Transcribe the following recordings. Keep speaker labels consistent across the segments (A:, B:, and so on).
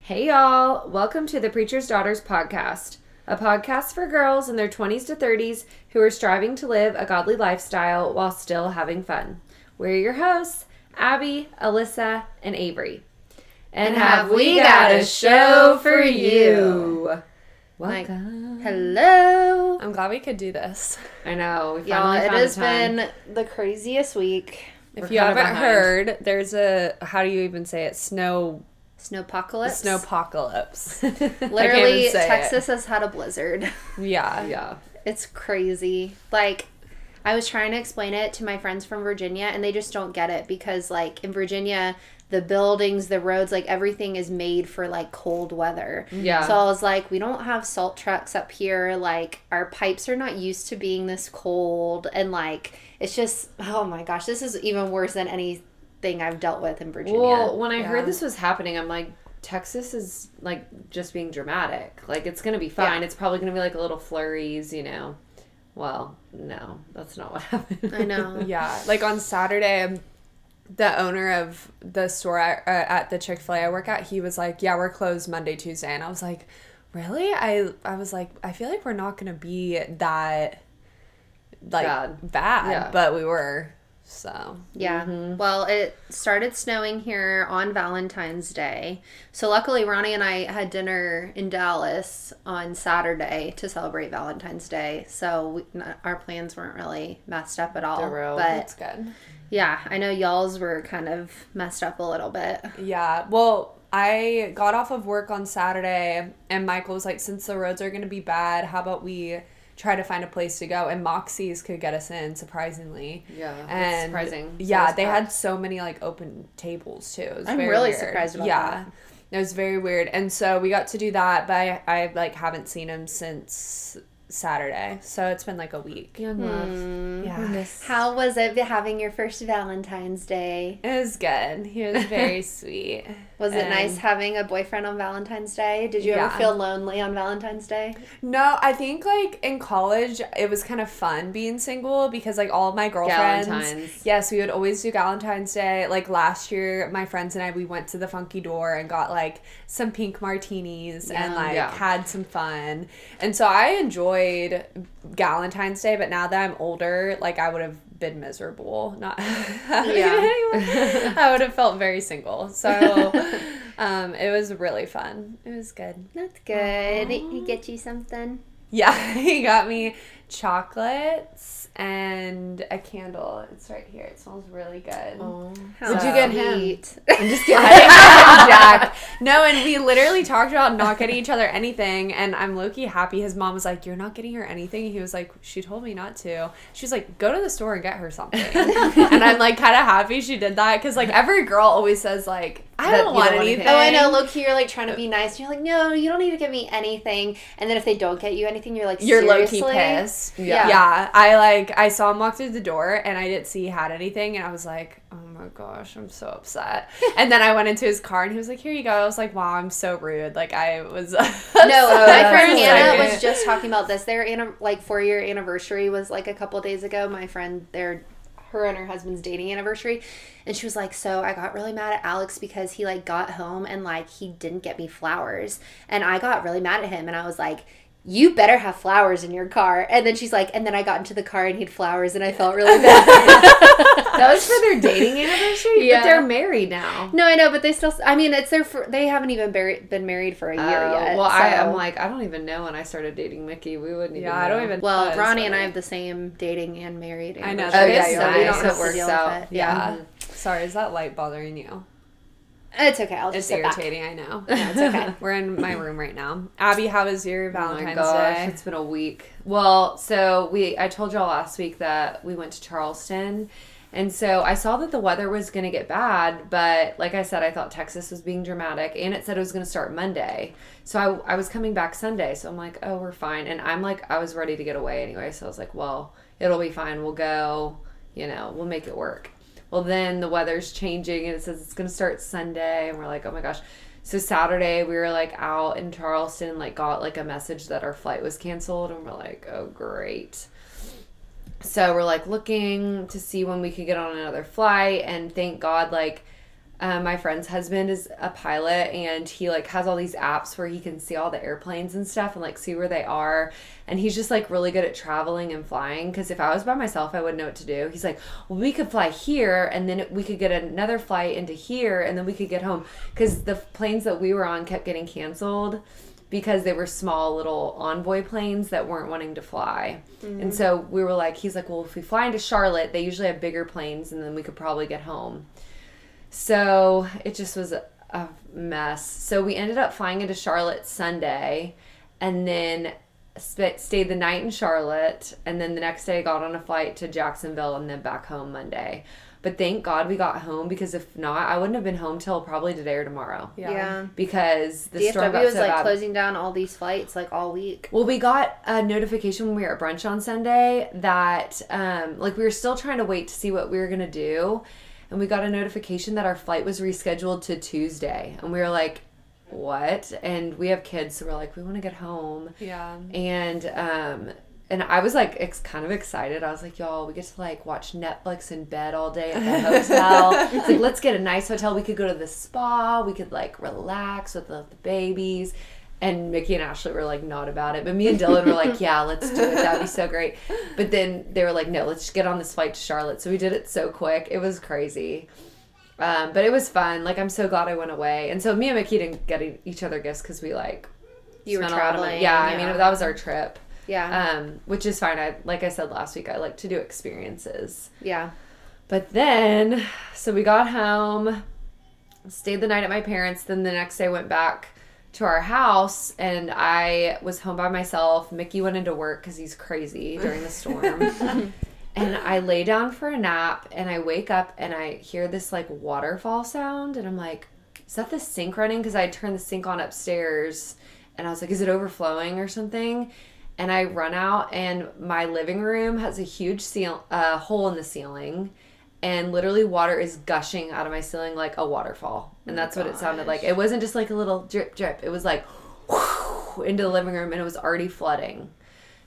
A: Hey, y'all. Welcome to the Preacher's Daughters podcast, a podcast for girls in their 20s to 30s who are striving to live a godly lifestyle while still having fun. We're your hosts, Abby, Alyssa, and Avery.
B: And have we got a show for you? Like,
A: Welcome.
B: Hello.
C: I'm glad we could do this.
A: I know. we
B: Y'all,
A: finally
B: it
A: found a
B: has
A: time.
B: been the craziest week.
C: If
A: We're
C: you
A: kinda
C: haven't
A: behind.
C: heard, there's a how do you even say it? Snow
B: Snowpocalypse.
C: snowpocalypse.
B: Literally,
C: even say it.
B: Texas has had a blizzard.
C: yeah.
A: Yeah.
B: It's crazy. Like, I was trying to explain it to my friends from Virginia, and they just don't get it because, like, in Virginia, the buildings, the roads, like everything is made for like cold weather.
A: Yeah.
B: So I was like, we don't have salt trucks up here. Like, our pipes are not used to being this cold. And, like, it's just, oh my gosh, this is even worse than anything I've dealt with in Virginia.
A: Well, when I heard
C: Yeah.
A: this was happening, I'm like, Texas is like just being dramatic. Like it's gonna be fine. It's probably gonna be like little flurries, you know. Well, no, that's not what happened.
B: I know.
C: Yeah. Like on Saturday, um, the owner of the store I, uh, at the Chick Fil A I work at, he was like, "Yeah, we're closed Monday, Tuesday," and I was like, "Really?" I I was like, "I feel like we're not gonna be that like
A: Bad.
C: bad,
A: Yeah.
C: but we were." So
B: Yeah. Well, it started snowing here on Valentine's Day. So luckily Ronnie and I had dinner in Dallas on Saturday to celebrate Valentine's Day. So we, n- our plans weren't really messed up at all.
A: They're real.
B: But
C: that's good.
B: yeah, I know y'all's were kind of messed up a little bit.
C: Yeah. Well, I got off of work on Saturday, and Michael was like, since the roads are going to be bad, how about we try to find a place to go? And Moxie's could get us in, surprisingly.
A: Yeah, that's
C: And
A: surprising. So
C: Yeah,
A: it's
C: they
A: packed.
C: had so many like open tables too. It was
B: I'm
C: very
B: really
C: weird.
B: surprised about
C: yeah. It was very weird. And so we got to do that, but I, I like haven't seen him since Saturday. So it's been like a week.
A: Young
C: Hmm.
A: love.
C: Yeah.
B: How was it having your first Valentine's Day?
C: It was good. He was very sweet.
B: Was it
C: Um,
B: nice having a boyfriend on Valentine's Day? Did you ever
C: yeah.
B: feel lonely on Valentine's Day?
C: No, I think like in college it was kind of fun being single because like all of my girlfriends.
A: Galentine's.
C: Yes, we would always do Valentine's Day. Like last year, my friends and I we went to the Funky Door and got like some pink martinis and
B: Yeah.
C: like
A: Yeah.
C: had some fun. And so I enjoyed Valentine's Day, but now that I'm older, like I would have been miserable. Not I would have felt very single. So um it was really fun. It was good.
B: That's good. He get you something.
C: Yeah, he got me chocolates and a candle. It's right here. It smells really good.
B: Would
C: you get him?
B: I'm just kidding.
C: I Jack. No, and we literally talked about not getting each other anything, and I'm Loki happy. His mom was like, "You're not getting her anything." He was like, "She told me not to." She's like, "Go to the store and get her something," and I'm like, kind of happy she did that because like every girl always says like,
A: That
C: "I
A: you
C: don't
A: don't
C: want
A: want
C: anything."
A: anything.
B: Oh, I know. Low key, you're like trying to be nice. And you're like, no, you don't need to give me anything. And then if they don't get you anything, you're like,
C: You're low
B: seriously?
C: key pissed.
B: Yeah.
C: Yeah. Yeah. I like I saw him walk through the door and I didn't see he had anything and I was like, Oh my gosh, I'm so upset. and then I went into his car and he was like, Here you go. I was like, Wow, I'm so rude. Like I was No,
B: Oh, No, my friend
A: that's
B: Hannah
A: like-
B: was just talking about this. Their anni- like four year anniversary was like a couple days ago. My friend, their her and her husband's dating anniversary, and she was like, "So I got really mad at Alex because he like got home and like he didn't get me flowers, and I got really mad at him, and I was like." You better have flowers in your car. And then she's like, and then I got into the car and he had flowers and I felt really bad.
A: That was for their dating anniversary.
B: Yeah.
A: But they're married now.
B: No, I know, but they still. I mean, it's their. fir- They haven't even buried, been married for a year
A: Oh,
B: yet.
A: well, I,
B: so-
A: I'm like, I don't even know when I started dating Mickey. We wouldn't even.
C: Yeah, I don't
A: know.
C: even
B: Well,
C: That's
B: Ronnie and I
C: funny.
B: have the same dating and married.
C: I know.
A: Oh
B: anniversary,
A: yeah,
C: It's
A: you're
C: so
A: right.
C: we
B: we
C: don't
B: don't
A: so
B: have
A: it
B: to
A: works
B: deal
A: out.
B: with it.
C: Yeah. Sorry, is that light bothering you?
B: it's okay. I'll just
C: It's
B: sit back.
C: irritating, I know.
B: No, it's okay.
C: We're in my room right now. Abby, how was your
A: Oh my
C: Valentine's
A: gosh,
C: Day?
A: it's been a week. Well, so we I told y'all last week that we went to Charleston. And so I saw that the weather was going to get bad, but like I said, I thought Texas was being dramatic and it said it was going to start Monday. So I, I was coming back Sunday. So I'm like, oh, we're fine. And I'm like, I was ready to get away anyway. So I was like, well, it'll be fine. We'll go, you know, we'll make it work. Well, then the weather's changing and it says it's going to start Sunday. And we're like, oh my gosh. So Saturday we were like out in Charleston, like got like a message that our flight was canceled, and we're like, oh great. So we're like looking to see when we could get on another flight, and thank God, like Um, my friend's husband is a pilot and he like has all these apps where he can see all the airplanes and stuff and like see where they are and he's just like really good at traveling and flying because if i was by myself i wouldn't know what to do he's like well, we could fly here and then we could get another flight into here and then we could get home because the planes that we were on kept getting canceled because they were small little envoy planes that weren't wanting to fly. And so we were like, he's like, well, if we fly into Charlotte, they usually have bigger planes and then we could probably get home. So it just was a- a mess. So we ended up flying into Charlotte Sunday and then sp- stayed the night in Charlotte. And then the next day, got on a flight to Jacksonville and then back home Monday. But thank God we got home because if not, I wouldn't have been home till probably today or tomorrow.
C: Yeah.
B: Yeah.
A: Because the storm
B: DFW
A: got
B: was
A: so
B: like
A: bad.
B: closing down all these flights like all week.
A: Well, we got a notification when we were at brunch on Sunday that, um, like, we were still trying to wait to see what we were going to do. And we got a notification that our flight was rescheduled to Tuesday. And we were like, what? And we have kids, so we're like, we want to get home.
C: Yeah.
A: And, um, and I was like ex- kind of excited. I was like, y'all, we get to like watch Netflix in bed all day at the hotel. it's like, let's get a nice hotel. We could go to the spa. We could like relax with the, the babies. And Mickey and Ashley were like, not about it. But me and Dylan were like, yeah, let's do it. That'd be so great. But then they were like, no, let's just get on this flight to Charlotte. So we did it so quick. It was crazy. Um, but it was fun. Like, I'm so glad I went away. And so me and Mickey didn't get e- each other gifts because we like
B: You were
A: spent a lot of money.
B: traveling. Uh-huh.
A: Yeah, I mean, that was our trip
B: yeah.
A: um, which is fine. I like I said last week, I like to do experiences.
B: yeah.
A: But then, so we got home, stayed the night at my parents. Then the next day, went back to our house, and I was home by myself. Mickey went into work because he's crazy during the storm. and I lay down for a nap, and I wake up, and I hear this like waterfall sound, and I'm like, "Is that the sink running?" Because I turned the sink on upstairs, and I was like, "Is it overflowing or something?" and I run out, and my living room has a huge ceil- uh, hole in the ceiling, and literally water is gushing out of my ceiling like a waterfall, and that's what it sounded like. It wasn't just like a little drip drip; it was like into the living room, and it was already flooding.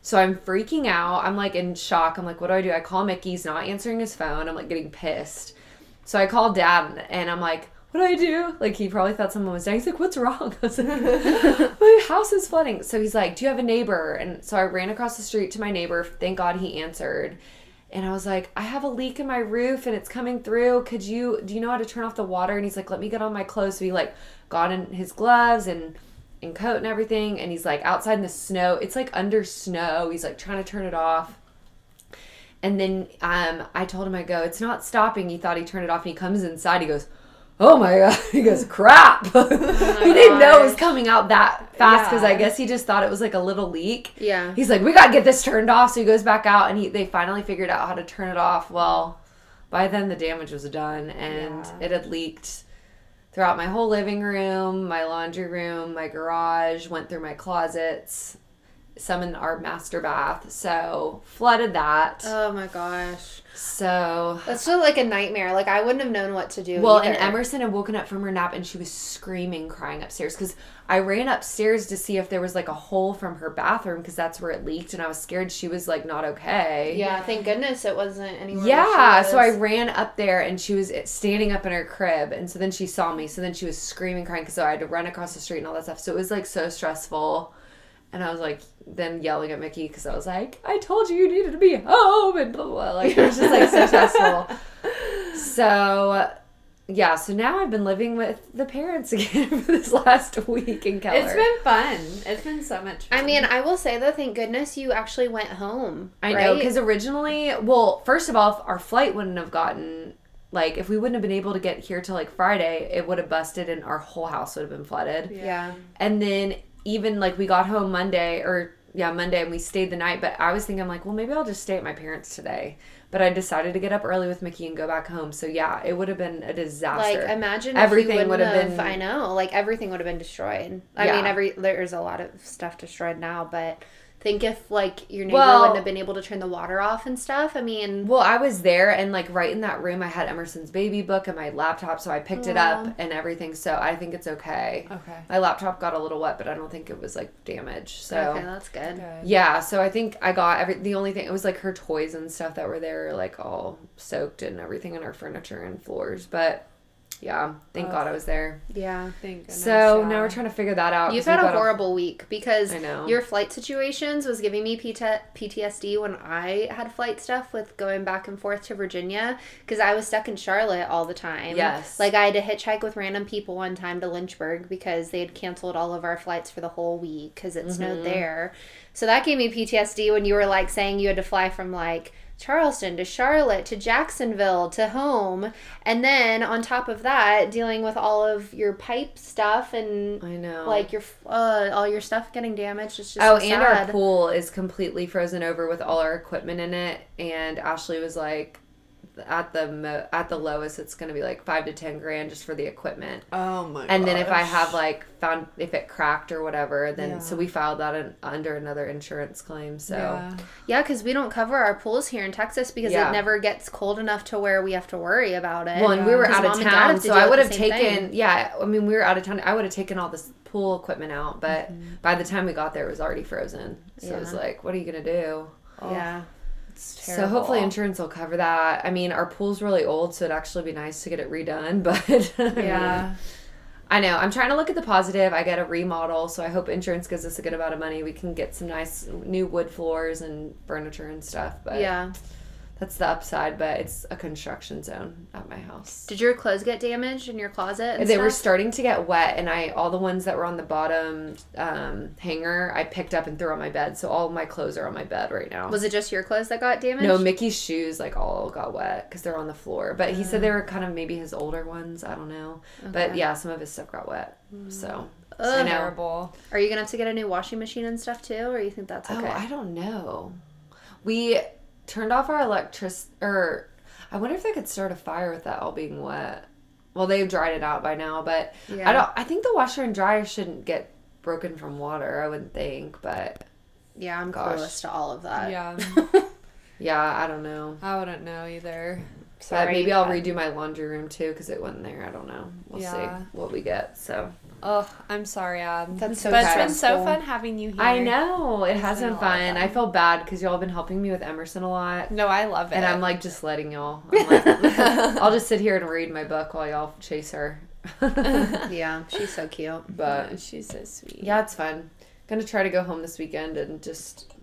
A: So I'm freaking out. I'm like in shock. I'm like, what do I do? I call Mickey. He's not answering his phone. I'm like getting pissed. So I call dad and I'm like, what do I do? Like he probably thought someone was dying. He's like, what's wrong? I was like, my house is flooding. So he's like, do you have a neighbor? And so I ran across the street to my neighbor. Thank God he answered. And I was like, I have a leak in my roof and it's coming through. Could you, do you know how to turn off the water? And he's like, let me get on my clothes. So he like got in his gloves and and coat and everything and he's like outside in the snow it's like under snow he's like trying to turn it off and then um, i told him i go it's not stopping he thought he turned it off and he comes inside he goes oh my god he goes crap he didn't know it was coming out that fast because i
C: Oh Yeah.
A: guess he just thought it was like a little leak
B: Yeah.
A: he's like we gotta get this turned off so he goes back out and he they finally figured out how to turn it off well by then the damage was done and
C: Yeah.
A: it had leaked throughout my whole living room, my laundry room, my garage, went through my closets, some in our master bath. So flooded that.
B: Oh my gosh.
A: so
B: That's just like a nightmare. Like I wouldn't have known what to do.
A: well,
B: either.
A: and Emerson had woken up from her nap and she was screaming, crying upstairs because I ran upstairs to see if there was like a hole from her bathroom because that's where it leaked, and I was scared she was like not okay.
B: Yeah, thank goodness it wasn't anywhere. where
A: Yeah,
B: she
A: so I
B: was.
A: ran up there and she was eh, standing up in her crib. And so then she saw me. So then she was screaming, crying because I had to run across the street and all that stuff. So it was like so stressful. And I was like, then yelling at Mickey because I was like, I told you you needed to be home and blah, blah, blah. Like, it was just like so stressful. So, yeah, so now I've been living with the parents again for this last week in Keller.
C: It's been fun. It's been so much fun.
B: I mean, I will say though, thank goodness you actually went home.
A: I know
B: right?
A: because originally, well, first of all, if our flight wouldn't have gotten like if we wouldn't have been able to get here till like Friday, it would have busted and our whole house would have been flooded.
B: yeah,
A: And then even like we got home Monday or yeah Monday and we stayed the night, but I was thinking like, well, maybe I'll just stay at my parents today. But I decided to get up early with Mickey and go back home. So yeah, it would have been a disaster.
B: like imagine
A: Everything
B: everything would
A: would've
B: have been.
A: been-
B: I know, like everything would have been destroyed. I
A: Yeah.
B: mean, every there's a lot of stuff destroyed now, but think if like your neighbor
A: Well-
B: wouldn't have been able to turn the water off and stuff. I mean,
A: Well, I was there and like right in that room I had Emerson's baby book and my laptop, so I picked it up and everything. So I think it's okay.
C: Okay.
A: My laptop got a little wet, but I don't think it was like damaged. So
B: okay, that's good.
C: Good.
A: yeah, so I think I got every the only thing it was like her toys and stuff that were there like all soaked and everything in our furniture and floors, but yeah, thank God I was there.
B: Yeah.
C: Thank goodness,
A: So
C: yeah.
A: now we're trying to figure that out.
B: You've
A: 'cause
B: had
A: we've
B: a
A: got
B: horrible week because
A: I know.
B: your flight situations was giving me PT- PTSD when I had flight stuff with going back and forth to Virginia because I was stuck in Charlotte all the time.
A: Yes.
B: Like I had to hitchhike with random people one time to Lynchburg because they had canceled all of our flights for the whole week because it
A: Mm-hmm.
B: snowed there. So that gave me PTSD when you were like saying you had to fly from like Charleston to Charlotte to Jacksonville to home. And then on top of that, dealing with all of your pipe stuff and
A: I know.
B: like your f- uh, all your stuff getting damaged. It's just
A: Oh,
B: so
A: and
B: sad.
A: our pool is completely frozen over with all our equipment in it. And Ashley was like, at the mo- at the lowest, it's going to be like five to ten grand just for the equipment.
C: Oh my.
A: And then if I
C: gosh.
A: have like found if it cracked or whatever, then
C: Yeah.
A: so we filed that in, under another insurance claim. So
C: Yeah.
B: Yeah, because we don't cover our pools here in Texas because
A: Yeah.
B: it never gets cold enough to where we have to worry about it.
A: well, and we were
B: 'Cause
A: out of
B: mom and dad
A: town,
B: have to
A: so
B: deal
A: I
B: with
A: would
B: the
A: have
B: same
A: taken
B: thing.
A: yeah. I mean, we were out of town. I would have taken all this pool equipment out, but by the time we got there, it was already frozen. So it was
B: Mm-hmm. Yeah.
A: like, what are you gonna do?
B: Oh, Yeah.
C: It's
A: So hopefully
C: terrible.
A: insurance will cover that. I mean, our pool's really old, so it'd actually be nice to get it redone, but I mean,
C: Yeah.
A: I know. I'm trying to look at the positive. I got a remodel, so I hope insurance gives us a good amount of money. We can get some nice new wood floors and furniture and stuff, but
B: Yeah.
A: that's the upside, but it's a construction zone at my house.
B: Did your clothes get damaged in your closet? And
A: they were
B: stuff?
A: starting to get wet and i all the ones that were on the bottom um, hanger i picked up and threw on my bed so all my clothes are on my bed right now
B: Was it just your clothes that got damaged?
A: no mickey's shoes like all got wet because they're on the floor but he said they were kind of maybe his older ones i don't know but
B: Oh. Okay. Mm.
A: yeah some of his stuff got wet so
B: Ugh.
A: I know.
C: Terrible.
B: Are you gonna have to get a new washing machine and stuff too, or you think that's okay?
A: oh i don't know we turned off our electric or i wonder if they could start a fire with that all being wet well they've dried it out by now but
B: Yeah.
A: i don't i think the washer and dryer shouldn't get broken from water i wouldn't think but
B: yeah, I'm
A: Gosh.
B: clueless to all of that.
C: Yeah.
A: yeah i don't know
C: I wouldn't know either.
A: but maybe i'll
B: but-
A: redo my laundry room too because it wasn't there i don't know we'll
C: Yeah.
A: see what we get so
C: Oh, I'm sorry, Ab.
B: That's so
C: But it's been so
B: stressful.
C: fun having you here.
A: I know it has
C: been
A: been
C: a lot of
A: fun.
C: fun.
A: I feel bad because y'all have been helping me with Emerson a lot,
C: No, I love it.
A: and I'm like just letting y'all. I'm like, I'll just sit here and read my book while y'all chase her. but
B: Yeah, she's so cute.
C: Oh, she's so sweet.
A: yeah, it's fun. Gonna try to go home this weekend and just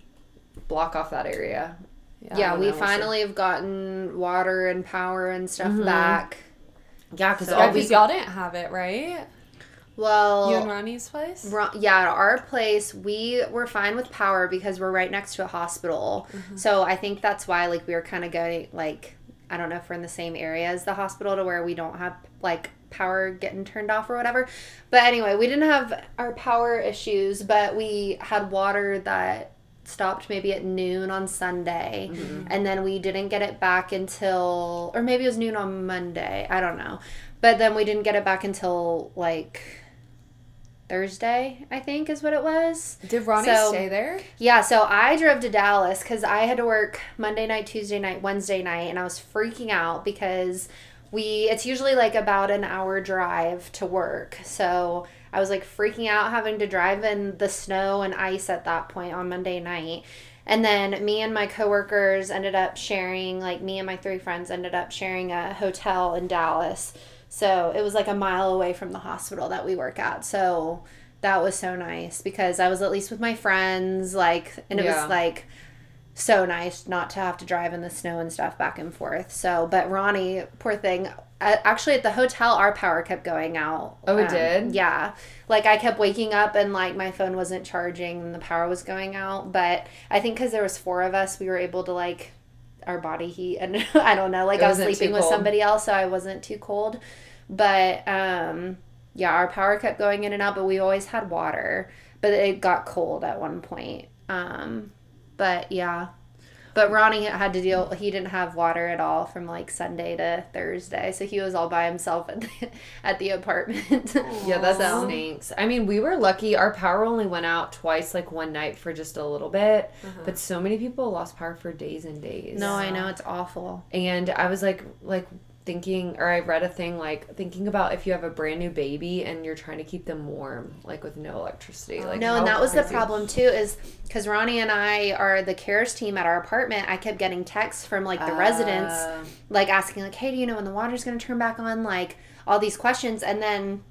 A: block off that area.
B: Yeah,
A: don't
B: we
A: know, we'll see. Mm-hmm.
B: finally have gotten water and power and stuff back.
A: Yeah, because
B: So-
A: all
B: Yeah,
A: week
C: Because y'all didn't have it, right?
B: Well,
C: You and Ronnie's place?
B: Ro- yeah, at our place, we were fine with power because we're right next to a hospital. So I think that's why, like, we were kind of going, like, I don't know if we're in the same area as the hospital to where we don't have, like, power getting turned off or whatever. But anyway, we didn't have our power issues, but we had water that stopped maybe at noon on Sunday and then we didn't get it back until or maybe it was noon on Monday, I don't know. But then we didn't get it back until like Thursday, I think is what it was.
C: Did Ronnie
B: So-
C: stay there?
B: Yeah, so I drove to Dallas because I had to work Monday night, Tuesday night, Wednesday night, and I was freaking out because we it's usually like about an hour drive to work. So I was like freaking out having to drive in the snow and ice at that point on Monday night. And then me and my coworkers ended up sharing, like me and my three friends ended up sharing a hotel in Dallas. So it was like a mile away from the hospital that we work at. So that was so nice because I was at least with my friends, like, and it
A: Yeah.
B: was like so nice not to have to drive in the snow and stuff back and forth. So, but Ronnie, poor thing, a- actually at the hotel, our power kept going out.
A: Oh,
B: Um,
A: it did?
B: Yeah. Like I kept waking up and like my phone wasn't charging and the power was going out. But I think because there was four of us, we were able to like our body heat and I don't know, like
A: It
B: I was
A: wasn't too
B: sleeping with
A: cold.
B: somebody else, so I wasn't too cold. But um yeah, our power kept going in and out, but we always had water. But it got cold at one point. Um but yeah. But Ronnie had to deal he didn't have water at all from like Sunday to Thursday. So he was all by himself at the, at the apartment.
A: Yeah, that
B: So-
A: stinks. I mean, we were lucky. Our power only went out twice, like one night for just a little bit.
B: Uh-huh.
A: But so many people lost power for days and days.
B: No, I know it's awful.
A: and I was like, like thinking, or I read a thing like thinking about if you have a brand new baby and you're trying to keep them warm, like with no electricity. Like
B: no,
A: how
B: and that was the
A: crazy.
B: problem too, is because Ronnie and I are the cares team at our apartment. I kept getting texts from like the residents,
A: Uh.
B: like asking, like, "Hey, do you know when the water's going to turn back on?" Like all these questions, and then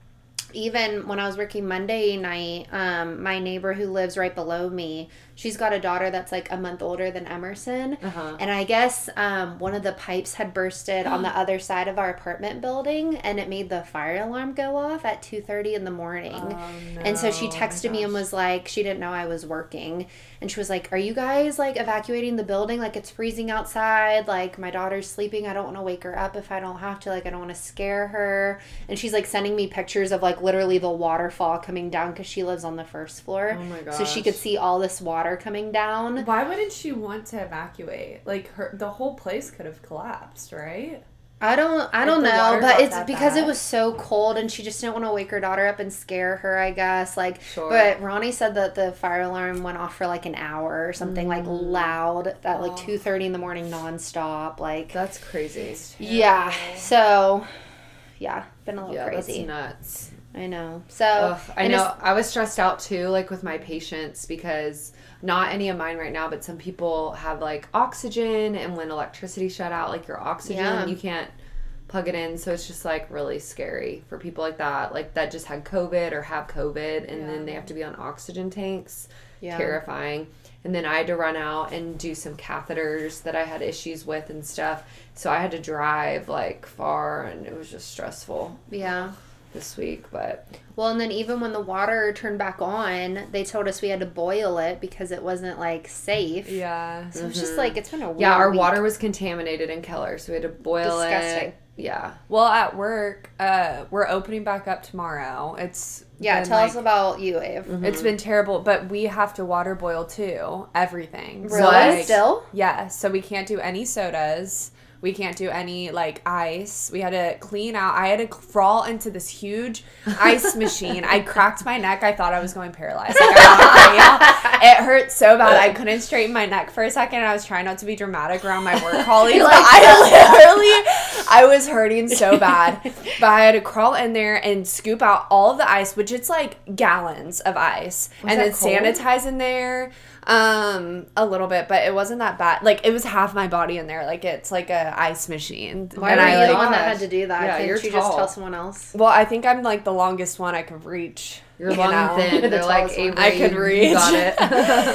B: even when I was working Monday night, um, my neighbor who lives right below me, she's got a daughter that's like a month older than Emerson,
A: Uh-huh.
B: and I guess um, one of the pipes had bursted on the other side of our apartment building, and it made the fire alarm go off at two thirty in the morning.
A: Oh,
B: And so she
C: no.
B: texted me and was like, she didn't know I was working. And she was like, Are you guys like evacuating the building? Like it's freezing outside. Like my daughter's sleeping. I don't want to wake her up if I don't have to. Like I don't want to scare her. And she's like sending me pictures of like literally the waterfall coming down because she lives on the first floor.
A: Oh my
B: So she
A: gosh.
B: could see all this water coming down.
C: Why wouldn't she want to evacuate? Like her, the whole place could have collapsed, right?
B: I don't I don't
C: the
B: know,
C: water
B: but
C: got
B: it's
C: that
B: because it
C: bad.
B: was so cold and she just didn't want to wake her daughter up and scare her, I guess. Like
A: Sure.
B: but Ronnie said that the fire alarm went off for like an hour or something, like loud at like
C: Oh.
B: two thirty in the morning nonstop. Like
A: That's crazy.
B: Yeah. So yeah, been a little
A: Yeah,
B: crazy.
A: that's nuts.
B: I know. So
A: Ugh, I
B: and
A: know.
B: it's-
A: I was stressed out too, like with my patients, because not any of mine right now, but some people have like oxygen, and when electricity shut out, like your oxygen,
B: Yeah.
A: you can't plug it in. So it's just like really scary for people like that, like that just had COVID or have COVID, and then they have to be on oxygen tanks.
B: Yeah.
A: Terrifying. And then I had to run out and do some catheters that I had issues with and stuff. So I had to drive like far, and it was just stressful
B: yeah.
A: this week, but.
B: Well, and then even when the water turned back on, they told us we had to boil it because it wasn't like safe.
C: Yeah.
B: So it's just like it's been a weird
A: Yeah, our
B: week.
A: water was contaminated in Keller, so we had to boil
B: Disgusting.
A: it. Yeah.
C: Well, at work, uh, we're opening back up tomorrow. It's
B: Yeah,
C: been,
B: tell us
C: like-
B: about you, Ave.
A: Mm-hmm.
C: It's been terrible, but we have to water boil too. Everything. So,
B: Really?
A: What?
B: Still?
C: Yeah, so we can't do any sodas. We can't do any like ice. We had to clean out. I had to crawl into this huge ice machine. I cracked my neck. I thought I was going paralyzed. Like, I wanted to cry out. It hurt so bad. I couldn't straighten my neck for a second. I was trying not to be dramatic around my work colleagues. but I literally, I was hurting so bad. But I had to crawl in there and scoop out all of the ice, which it's like gallons of ice, and
A: that
C: then
A: cold?
C: sanitize ties in there um a little bit but it wasn't that bad like it was half my body in there like it's like a ice machine
B: Why
C: and
B: were you
C: i
B: the
C: like
B: one that
A: gosh.
B: had to do that?
A: Yeah,
B: Couldn't
A: you're
B: you just
A: tall.
B: tell someone else?
C: well i think i'm like the longest one i could reach
A: You're
C: you
A: long
C: know?
A: and thin.
B: You're the
A: They're like
B: tallest one.
A: Avery.
C: I could
A: you
C: reach.
A: Got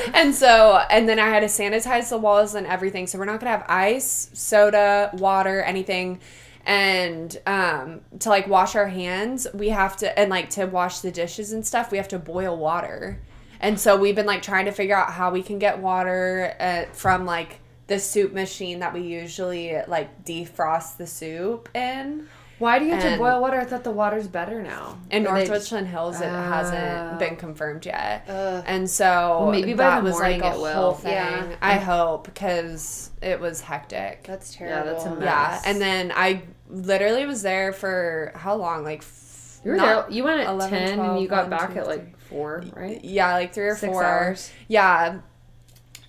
A: it.
C: and so, and then I had to sanitize the walls and everything. So we're not gonna have ice, soda, water, anything. And um, to like wash our hands, we have to, and like to wash the dishes and stuff, we have to boil water. And so we've been like trying to figure out how we can get water uh, from like the soup machine that we usually like defrost the soup in.
A: Why do you have to
C: And-
A: boil water? I thought the water's better now.
C: In
A: Or
C: North
A: they-
C: Richland Hills, it
A: Oh.
C: hasn't been confirmed yet,
B: Ugh.
C: and so
A: Well, maybe by
C: that
A: the
C: was like
A: morning
C: a
A: it will.
C: whole thing.
B: Yeah.
C: I hope because it was hectic.
B: That's
A: Yeah,
B: terrible.
A: that's a mess.
C: yeah, and then I literally was there for how long? Like f-
A: you were
C: not-
A: there. You went at
C: 11,
A: ten, and you
C: 12,
A: got
C: 1,
A: back
C: 2,
A: at like four, right?
C: Yeah, like three or
A: Six
C: four
A: hours.
C: Yeah.